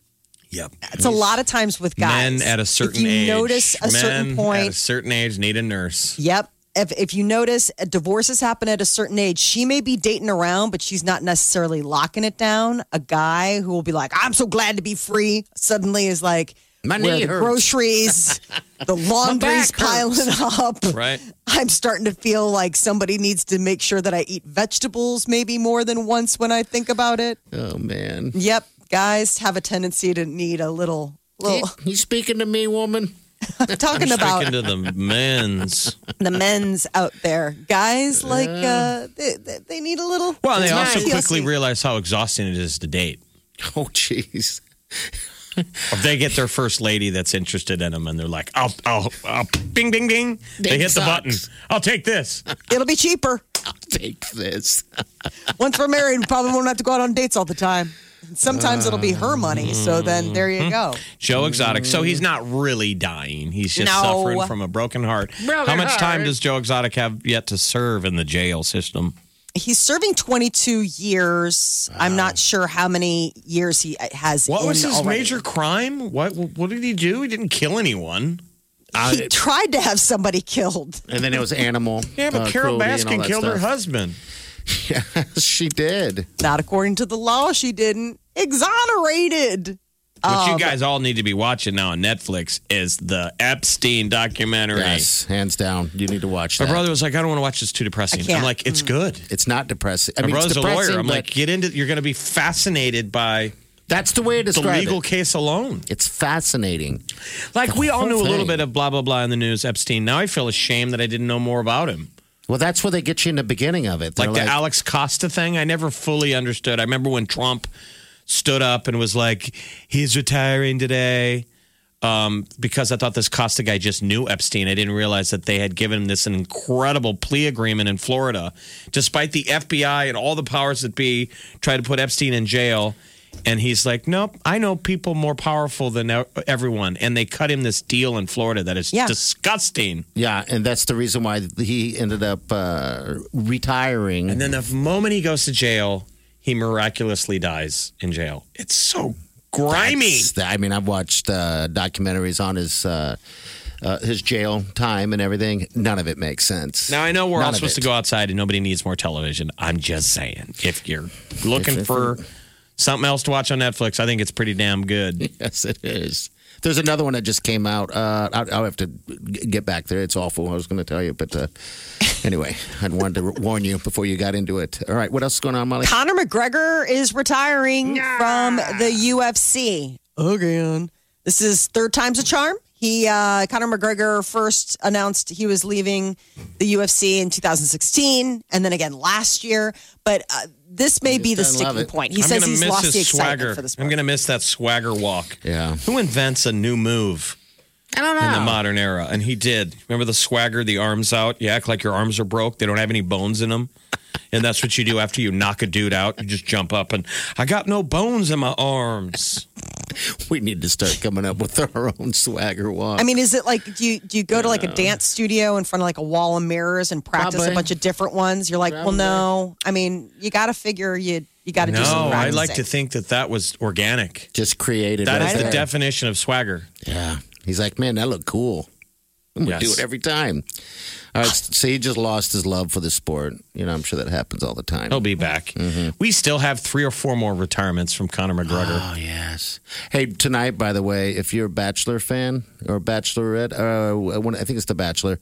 E: Yep.
D: It's a lot of times with guys.
E: Men at a certain
D: if you
E: age.
D: notice a
E: men
D: certain
E: At a
D: point.
E: certain age, need a nurse.
D: Yep. If, if you notice, uh, divorces happen at a certain age. She may be dating around, but she's not necessarily locking it down. A guy who will be like, "I'm so glad to be free," suddenly is like,
C: My
D: where
C: knee
D: the
C: hurts.
D: groceries, the laundry's
C: back hurts.
D: piling up.
E: Right.
D: I'm starting to feel like somebody needs to make sure that I eat vegetables maybe more than once when I think about it.
C: Oh man,
D: Yep, guys have a tendency to need a little little.
C: You speaking to me, woman?
D: I'm talking about
E: Speaking to the men's.
D: the men's out there, guys like uh, they, they- they need a little.
E: Well, and they
D: TLC.
E: also quickly realize how exhausting it is to date.
C: Oh, jeez.
E: If they get their first lady that's interested in them, and they're like, "I'll, I'll, I'll bing, ding, ding," they
C: Ding
E: hit the button.
C: socks.
E: I'll take this.
D: it'll be cheaper
C: Take this.
D: once we're married. We probably won't have to go out on dates all the time. Sometimes it'll be her money, so
E: Mm-hmm.
D: then there you go.
E: Joe Exotic. So he's not really dying. He's just
D: No.
E: suffering from a broken heart.
D: Broken
E: how much time
D: heart.
E: does Joe Exotic have yet to serve in the jail system?
D: He's serving 22 years. I'm not sure how many years he uh, has.
E: What was
D: in
E: his
D: already.
E: major crime? What What did he do? He didn't kill anyone.
D: He tried to have somebody killed.
C: And then it was animal.
E: Yeah, but
C: uh,
E: Carol
C: cruelty and all
E: Baskin
C: that
E: killed her
C: stuff.
E: husband.
C: Yes, she did.
D: Not according to the law, she didn't. Exonerated.
C: Oh,
E: What you guys all need to be watching now on Netflix is the Epstein documentary.
C: Yes, hands down. You need to watch
E: My
C: that.
E: brother was like, I don't want to watch this. Too depressing.
D: I
E: I'm
D: can't.
E: like,
C: Mm.
E: it's good.
C: It's not depressing. I
E: My
C: mean, it's
E: brother's a lawyer.
C: depressing,
E: I'm
C: but
E: like, get into. You're going to be fascinated by
C: that's the way to
E: the
C: describe
E: legal
C: it.
E: case alone.
C: It's fascinating.
E: Like we all
C: whole
E: knew a little bit
C: thing.
E: of blah blah blah in the news Epstein. Now I feel ashamed that I didn't know more about him.
C: Well, that's where they get you in the beginning of it. They're
E: Like, the Alex Costa thing, I never fully understood. I remember when Trump stood up and was like, "He's retiring today," um, because I thought this Costa guy just knew Epstein. I didn't realize that they had given him this incredible plea agreement in Florida, despite the FBI and all the powers that be tried to put Epstein in jail. And he's like, nope, I know people more powerful than e- everyone. And they cut him this deal in Florida that is
D: Yeah.
E: disgusting.
C: Yeah, and that's the reason why he ended up uh, retiring.
E: And then the moment he goes to jail, he miraculously dies in jail. It's so grimy.
C: That's- I mean, I've watched uh, documentaries on his uh, uh, his jail time and everything. None of it makes sense.
E: Now I know we're all
C: None of
E: supposed to
C: it.
E: go outside and nobody needs more television. I'm just saying, if you're looking
C: If- if-
E: for something else to watch on Netflix, I think it's pretty damn good.
C: Yes, it is. There's another one that just came out. Uh, I'll, I'll have to g- get back there. It's awful. I was going to tell you, but uh, anyway, I wanted to warn you before you got into it. All right, what else is going on, Molly?
D: Conor McGregor is retiring from the UFC again. This is third time's a charm. He uh, Conor McGregor first announced he was leaving the UFC in 2016, and then again last year. But uh, this may be the
C: doesn't love
D: sticking
C: it.
D: point. He
E: I'm
D: says
E: gonna
D: he's
E: miss
D: lost
E: his
D: the excitement
E: swagger.
D: for this.
E: I'm gonna miss that swagger walk.
C: Yeah.
E: Who invents a new move?
C: I don't
E: in the
C: know.
E: modern era, and he did. Remember the swagger, the arms out. You act like your arms are broke; they don't have any bones in them, and that's what you do after you knock a dude out. You just jump up and I got no bones in my arms.
C: we need to start coming up with our own swagger walk.
D: I mean, is it like do you do you go to like a dance studio in front of like a wall of mirrors and practice a
C: Probably.
D: bunch of different ones? You're like, well, no. I mean, you got to figure you you got to do some
E: No, I
D: practicing.
E: like to think that that was organic.
C: just created.
E: That
C: right
E: is the
C: there.
E: definition of swagger.
C: Yeah. He's like, man, that looked cool. I'm gonna do
E: Yes.
C: it every time. All right, so he just lost his love for the sport. You know, I'm sure that happens all the time.
E: He'll be back.
C: Mm-hmm.
E: We still have three or four more retirements from Conor McGregor.
C: Oh yes. Hey, tonight, by the way, if you're a Bachelor fan or Bachelorette, uh, one, I think it's The Bachelor.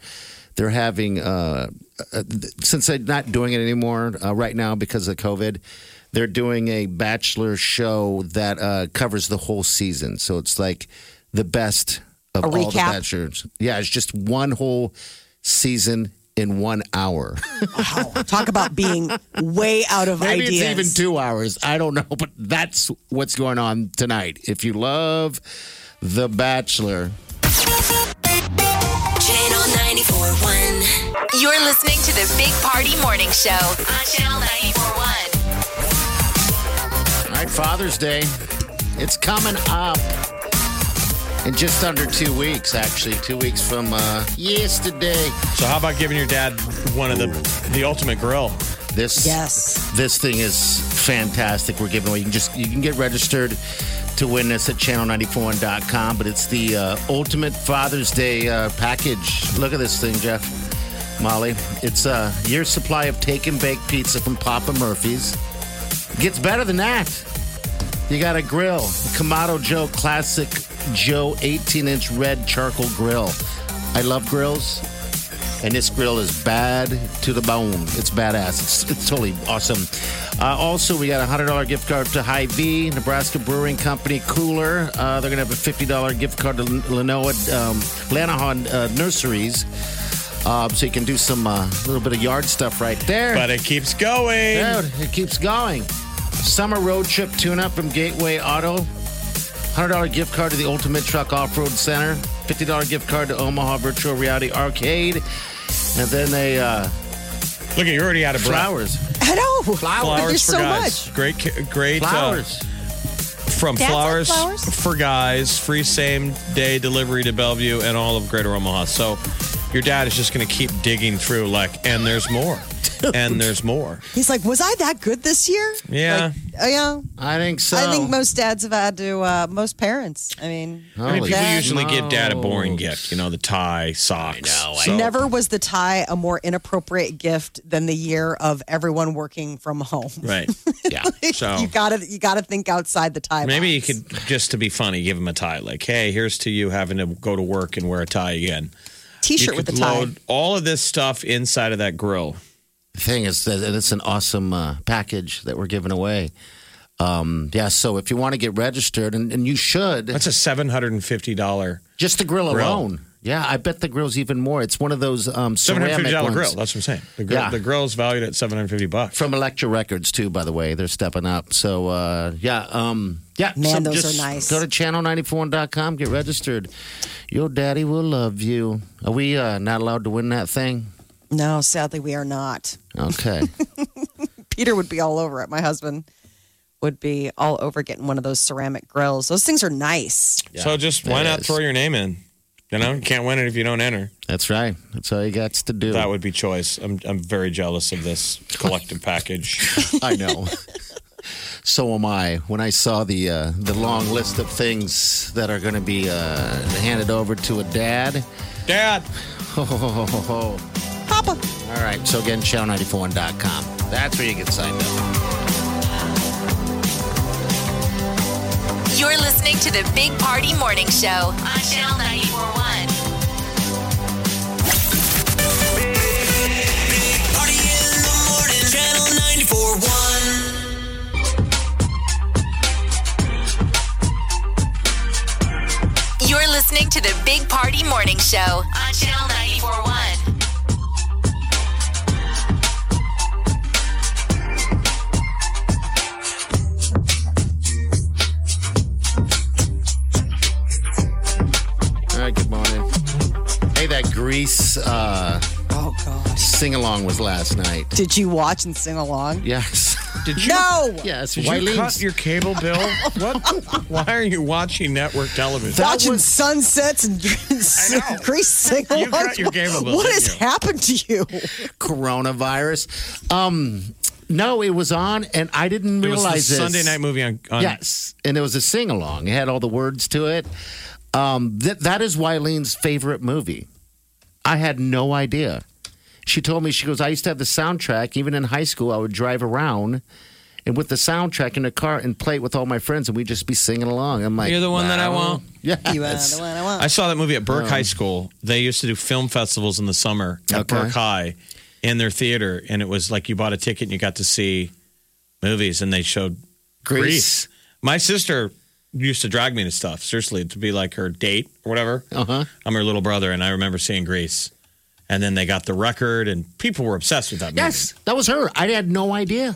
C: They're having uh, uh, th- since they're not doing it anymore uh, right now because of COVID. They're doing a Bachelor show that uh, covers the whole season, so it's like the best of
D: A
C: all the
D: recap?
C: Bachelors. Yeah, it's just one whole season in one hour.
D: Talk about being way out of
C: Maybe
D: ideas.
C: it's even two hours. I don't know, but that's what's going on tonight. If you love The Bachelor,
B: Channel 941. You're listening to the Big Party Morning Show on Channel 941.
C: all right, Father's Day, it's coming up in just under two weeks, actually. Two weeks from uh, yesterday.
E: So how about giving your dad one of the the ultimate grill?
C: This
D: Yes.
C: this thing is fantastic. We're giving away. You can just you can get registered to win this at channel941.com. But it's the uh, ultimate Father's Day uh, package. Look at this thing, Jeff, Molly. It's a uh, year supply of take and bake pizza from Papa Murphy's. Gets better than that. You got a grill, Kamado Joe Classic Joe 18 inch red charcoal grill. I love grills. And this grill is bad to the bone. It's badass. It's, it's totally awesome. Uh, also, we got a $100 gift card to Hy-Vee, Nebraska Brewing Company Cooler. Uh, they're going to have a $50 gift card to Lan- Lanoa, um, Lanahan uh, Nurseries. Uh, so you can do some uh, little bit of yard stuff right there.
E: But it keeps going.
C: Dude, it keeps going. Summer road trip tune-up from Gateway Auto. $100 gift card to the Ultimate Truck Off-Road Center. $50 gift card to Omaha Virtual Reality Arcade. And then they, uh,
E: Look at you're already out of breath.
C: flowers.
D: I know.
E: Flowers
D: There's
E: for
D: so
E: guys.
D: much.
E: Great, ca- great. uh,
C: Flowers.
E: from
D: Dad's on
E: flowers,
D: flowers?
E: for guys, free same day delivery to Bellevue and all of Greater Omaha. So your dad is just going to keep digging through, like, and there's more, and there's more.
D: He's like, was I that good this year?
E: Yeah,
D: Oh, yeah.
C: I think so.
D: I think most dads have had to, uh, most parents. I mean,
E: I mean,
C: Holy
E: people
D: Dad-
E: usually give dad a boring gift, you know, the tie, socks. I know.
D: Never was the tie a more inappropriate gift than the year of everyone working from home.
E: Right.
C: yeah.
E: So-
D: you gotta you gotta think outside the tie.
E: Maybe you
D: box.
E: could just to be funny, give him a tie. Like, hey, here's to you having to go to work and wear a tie again.
D: t-shirt
E: you
D: with the
E: could
D: tie.
E: load all of this stuff inside of that grill.
C: The thing is that it's an awesome uh, package that we're giving away. Um, yeah, so if you want to get registered, and, and you should.
E: That's a seven hundred and fifty dollar,
C: Just the grill,
E: Grill.
C: alone. Yeah, I bet the grill's even more. It's one of those um,
E: seven hundred
C: ceramic
E: fifty dollar
C: ones.
E: grill. That's what I'm saying. The grill,
C: Yeah.
E: the grill's valued at seven hundred fifty bucks.
C: from Electra Records too. By the way, they're stepping up. So uh, yeah, um, yeah.
D: Man,
C: so
D: those
C: just
D: are nice.
C: Go to channel941.com, get registered. Your daddy will love you. Are we uh, not allowed to win that thing?
D: No, sadly we are not.
C: Okay.
D: Peter would be all over it. My husband would be all over getting one of those ceramic grills. Those things are nice.
E: so just why
C: it
E: not
C: is.
E: throw your name in? You know, you can't win it if you don't enter.
C: That's right. That's all you got to do.
E: That would be choice. I'm I'm very jealous of this collective package.
C: I know. so am I. When I saw the uh, the long list of things that are going to be uh, handed over to a dad.
E: Dad,
C: Ho, ho, ho, ho, ho.
D: Papa.
C: All right. So again, channel941.com. That's where you get signed up.
B: You're listening to the Big Party Morning Show on Channel 941.
F: Big Party in the morning. Channel 941.
B: You're listening to the Big Party Morning Show on Channel 941.
C: All right, good morning. Hey, that Grease uh,
D: Oh gosh.
C: sing along was last night.
D: Did you watch and sing along?
C: Yes.
E: did you?
D: No.
C: Yes.
E: Did you cut your cable bill? what? Why are you watching network television?
C: That
D: Watching
C: was-
D: sunsets and
E: know.
D: Grease sing along.
E: You got your game a little,
D: What
E: didn't
D: has
E: you?
D: happened to you?
C: coronavirus. Um, no, it was on, and I didn't
E: It was the
C: realize this.
E: Sunday night movie on, on
C: Yes, and it was a sing along. It had all the words to it. Um, th- that is Wylene's favorite movie. I had no idea. She told me she goes. I used to have the soundtrack. Even in high school, I would drive around. And with the soundtrack in the car and play it with all my friends, and we'd just be singing along. I'm like,
E: You're the one that I
C: wow.
E: want.
C: Yeah,
D: You are the one I want.
E: I saw that movie at Burke
C: Um,
E: High School. They used to do film festivals in the summer at
C: Okay.
E: Burke High in their theater, and it was like you bought a ticket and you got to see movies, and they showed Grease.
C: Grease.
E: My sister used to drag me to stuff. Seriously, to be like her date or whatever.
C: Uh huh.
E: I'm her little brother, and I remember seeing Grease, and then they got the record, and people were obsessed with that movie.
C: Yes, that was her. I had no idea.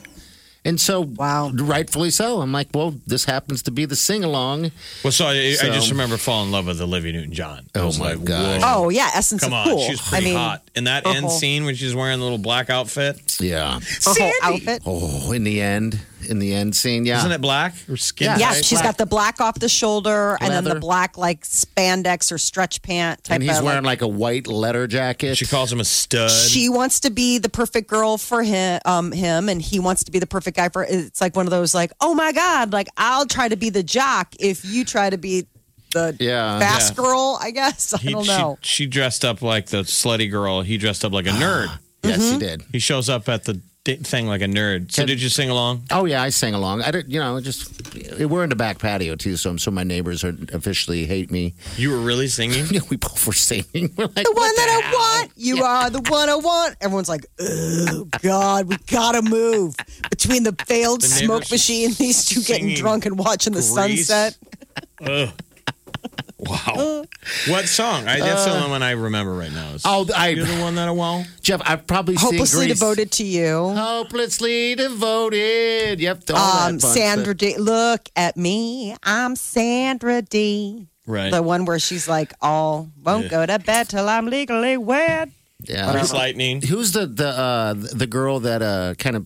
C: And so, wow, rightfully so. I'm like, well, this happens to be the sing along.
E: Well, so I, I
C: So-
E: just remember falling in love with Olivia Newton-John. I
C: Oh,
E: was
C: my
E: like,
C: gosh.
E: whoa.
D: Oh, yeah, Essence
E: Come
D: of
E: on,
D: Cool.
E: she's pretty
D: I mean,
E: hot. And that
D: her
E: end
D: whole-
E: scene when she's wearing the little black outfit,
C: Yeah.
D: her whole outfit.
C: Oh, in the end, in the end scene, yeah.
E: isn't it black or skin?
C: Yeah.
D: Yeah,
C: Right?
D: she's got the black off the shoulder and then the
C: Leather.
D: black like spandex or stretch pant type
C: and he's
D: of
C: wearing like a white leather jacket.
E: She calls him a stud.
D: she wants to be the perfect girl for him, um, him, and he wants to be the perfect guy for. It's like one of those, like, oh my god, like I'll try to be the jock if you try to be the
C: Yeah.
D: fast girl. I guess I
E: He-
D: don't
E: she-
D: know.
E: She, dressed up like the slutty girl. He dressed up like a nerd.
C: yes,
D: Mm-hmm.
C: he did.
E: He shows up at the d- thing like a nerd. So
C: Can-
E: did you sing along?
C: Oh yeah, I sang along. I did, you know, just we're in the back patio too, so so my neighbors are, officially hate me.
E: You were really singing.
C: You know, we both were singing. We're like,
D: the one
C: what
D: that I
C: hell?
D: want. You are the one I want. Everyone's like, oh God, we gotta move between the failed smoke
E: neighbors
D: machine, these two getting
E: singing
D: drunk and watching the
E: Grease.
D: sunset.
E: Ugh. Wow. what song? I, that's
D: Uh,
E: the only one I remember right now. Is-
C: Oh,
E: You're
C: I
E: the one that I want.
C: Jeff, I probably sing
D: Hopelessly
C: Grease.
D: devoted to you.
C: Hopelessly devoted. Yep. all that
D: Um,
C: bunch,
D: Sandra
C: but-
D: D. Look at me. I'm Sandra D.
E: Right.
D: The one where she's like, all won't go to bed till I'm legally wed.
C: Yeah.
E: It's lightning.
C: Who's the the uh, the girl that uh, kind of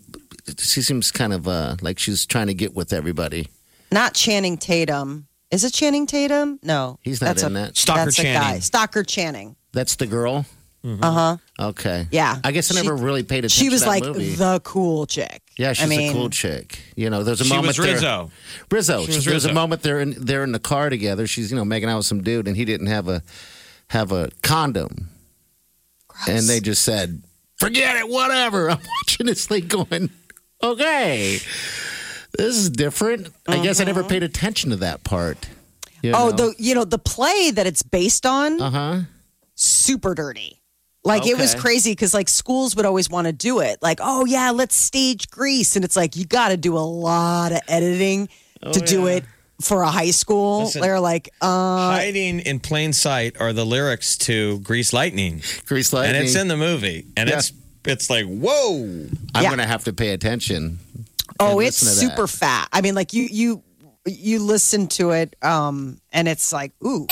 C: she seems kind of uh, like she's trying to get with everybody.
D: Not Channing Tatum. Is it Channing Tatum? No.
C: He's not
D: that's
C: in
D: a,
C: that.
E: Stalker
D: that's a guy.
E: Channing.
D: Stalker Channing.
C: That's the girl.
D: Uh huh.
C: Okay.
D: Yeah.
C: Mm-hmm. I guess I never really paid attention.
D: She was
C: to that
D: like
C: movie.
D: the cool chick.
C: yeah,
D: I
C: she's
D: mean,
C: a cool chick. You know, there's a
E: She
C: moment
E: was Rizzo.
C: there. Rizzo.
E: She was
C: There's a
E: Rizzo.
C: moment they're in they're in the car together. She's you know making out with some dude, and he didn't have a have a condom, and they just said, "Forget it, whatever." I'm watching this thing going, okay, this is different. I guess I never paid attention to that part. you
D: Mm-hmm. Oh,
C: know?
D: the you know the play that it's based on.
C: Uh huh.
D: super dirty. Like it was
C: Okay.
D: crazy because like schools would always want to do it. Like, oh yeah, let's stage Grease, and it's like you got to do a lot of editing to do it for a high school.
E: Oh, Listen.
D: They're like, uh,
E: Hiding in plain sight are the lyrics to Grease Lightning.
C: Grease lightning.
E: And it's in the movie. And
C: Yeah.
E: it's it's like, whoa.
C: I'm
D: Yeah.
C: gonna have to pay attention.
D: oh,
C: and
D: it's
C: listen to that.
D: super fat. I mean, like you you you listen to it, um, and it's like, ooh,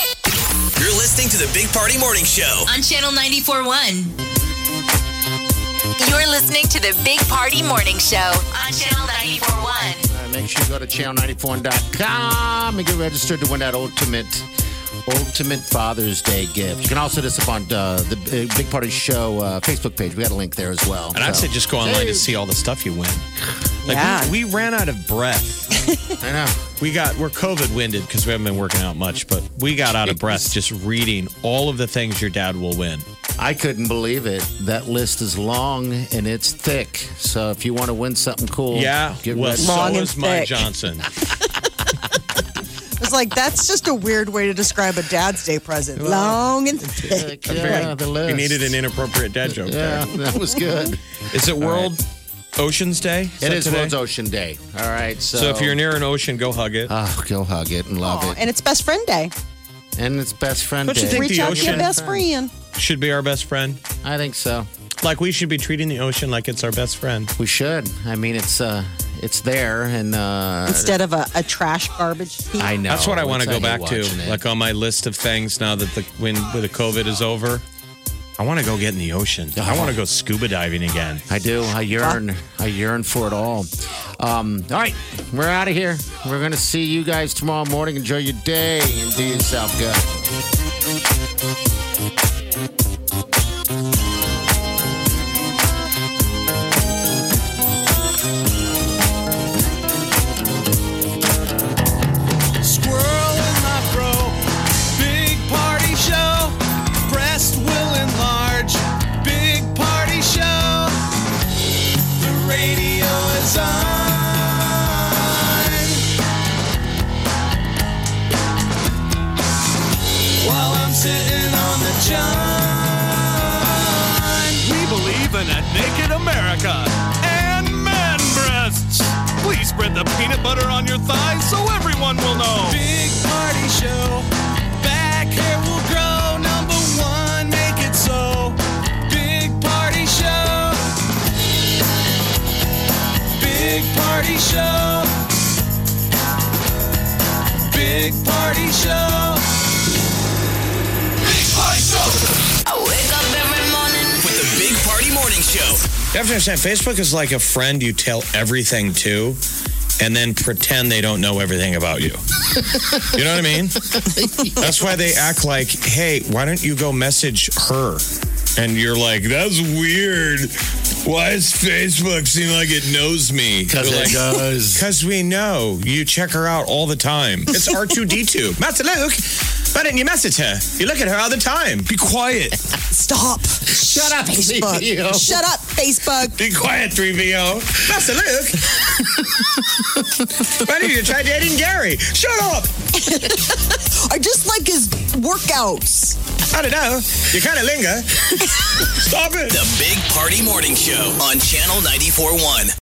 F: You're listening to the Big Party Morning Show.
B: on Channel 941. You're listening to the Big Party Morning Show on Channel 941.
C: All right, make sure you go to channel94.com and get registered to win that ultimate ultimate Father's Day gift. You can also hit us up on uh, the Big Big Party Show uh, Facebook page. We got a link there as well.
E: And I'd
C: So-
E: say just go online to see all the stuff you win. Like
D: Yeah.
E: we, we ran out of breath.
C: I know.
E: We got we're COVID winded because we haven't been working out much, but we got out of breath just reading all of the things your dad will win.
C: I couldn't believe it. That list is long and it's thick. So if you want to win something cool,
E: Yeah,
C: get
E: well,
C: ready.
E: so
D: Long and
E: is Mike
D: thick.
E: Johnson.
D: it's like that's just a weird way to describe a Dad's Day present. Long and thick.
C: Yeah, the list.
E: We needed an inappropriate dad joke
C: Yeah, that was good.
E: there. Is it World Oceans Day?
C: it
E: that
C: is
E: today?
C: World's Ocean Day. All right, so,
E: So, if you're near an ocean, go hug it.
C: oh, go hug it and love
D: Aw,
C: it,
D: and it's best friend day.
C: and it's best friend
E: Don't you
C: day.
E: think
D: Reach
E: the
D: out to your
E: ocean.
D: best friend.
E: Should be our best friend.
C: I think so.
E: Like we should be treating the ocean like it's our best friend.
C: We should. I mean, it's uh, it's there, and uh,
D: instead of a, a trash garbage heap.
C: I know
E: That's what I want to
C: It's-
E: go
C: hate
E: back to.
C: watching it.
E: Like on my list of things now that the when the COVID is over, I want to go get in the ocean. I want to go scuba diving again.
C: I do. I yearn. I yearn for it all. Um, all right, we're out of here. We're gonna see you guys tomorrow morning. Enjoy your day and do yourself good.
A: Squirrel in my fro. Big party show. Breast will enlarge. Big party show. The radio is on. While I'm sitting on the john. We believe in a naked America and man breasts. Please spread the peanut butter on your thighs so everyone will know. Big party show. Back hair will grow. Number one, make it so. Party Show. Big Party Show. Big Party Show.
B: I wake up every morning
F: with the Big Party Morning Show.
E: You have to understand, Facebook is like a friend you tell everything to and then pretend they don't know everything about you. You know what I mean? That's why they act like, hey, why don't you go message her? And you're like, that's weird. Why does Facebook seem like it knows me?
C: 'Cause
E: They're like,
C: it does.
E: Because we know. You check her out all the time. It's R2D2. Master Luke, why didn't you message her? You look at her all the time. Be quiet.
D: Stop. Shut
C: up,
D: Facebook.
C: CEO.
D: Shut up, Facebook.
E: Be quiet, 3VO. Master Luke. Why did you try dating Gary? Shut up.
D: I just like his workouts.
E: I don't know. You kind of linger. Stop it.
F: The Big Party Morning Show on Channel 94.1.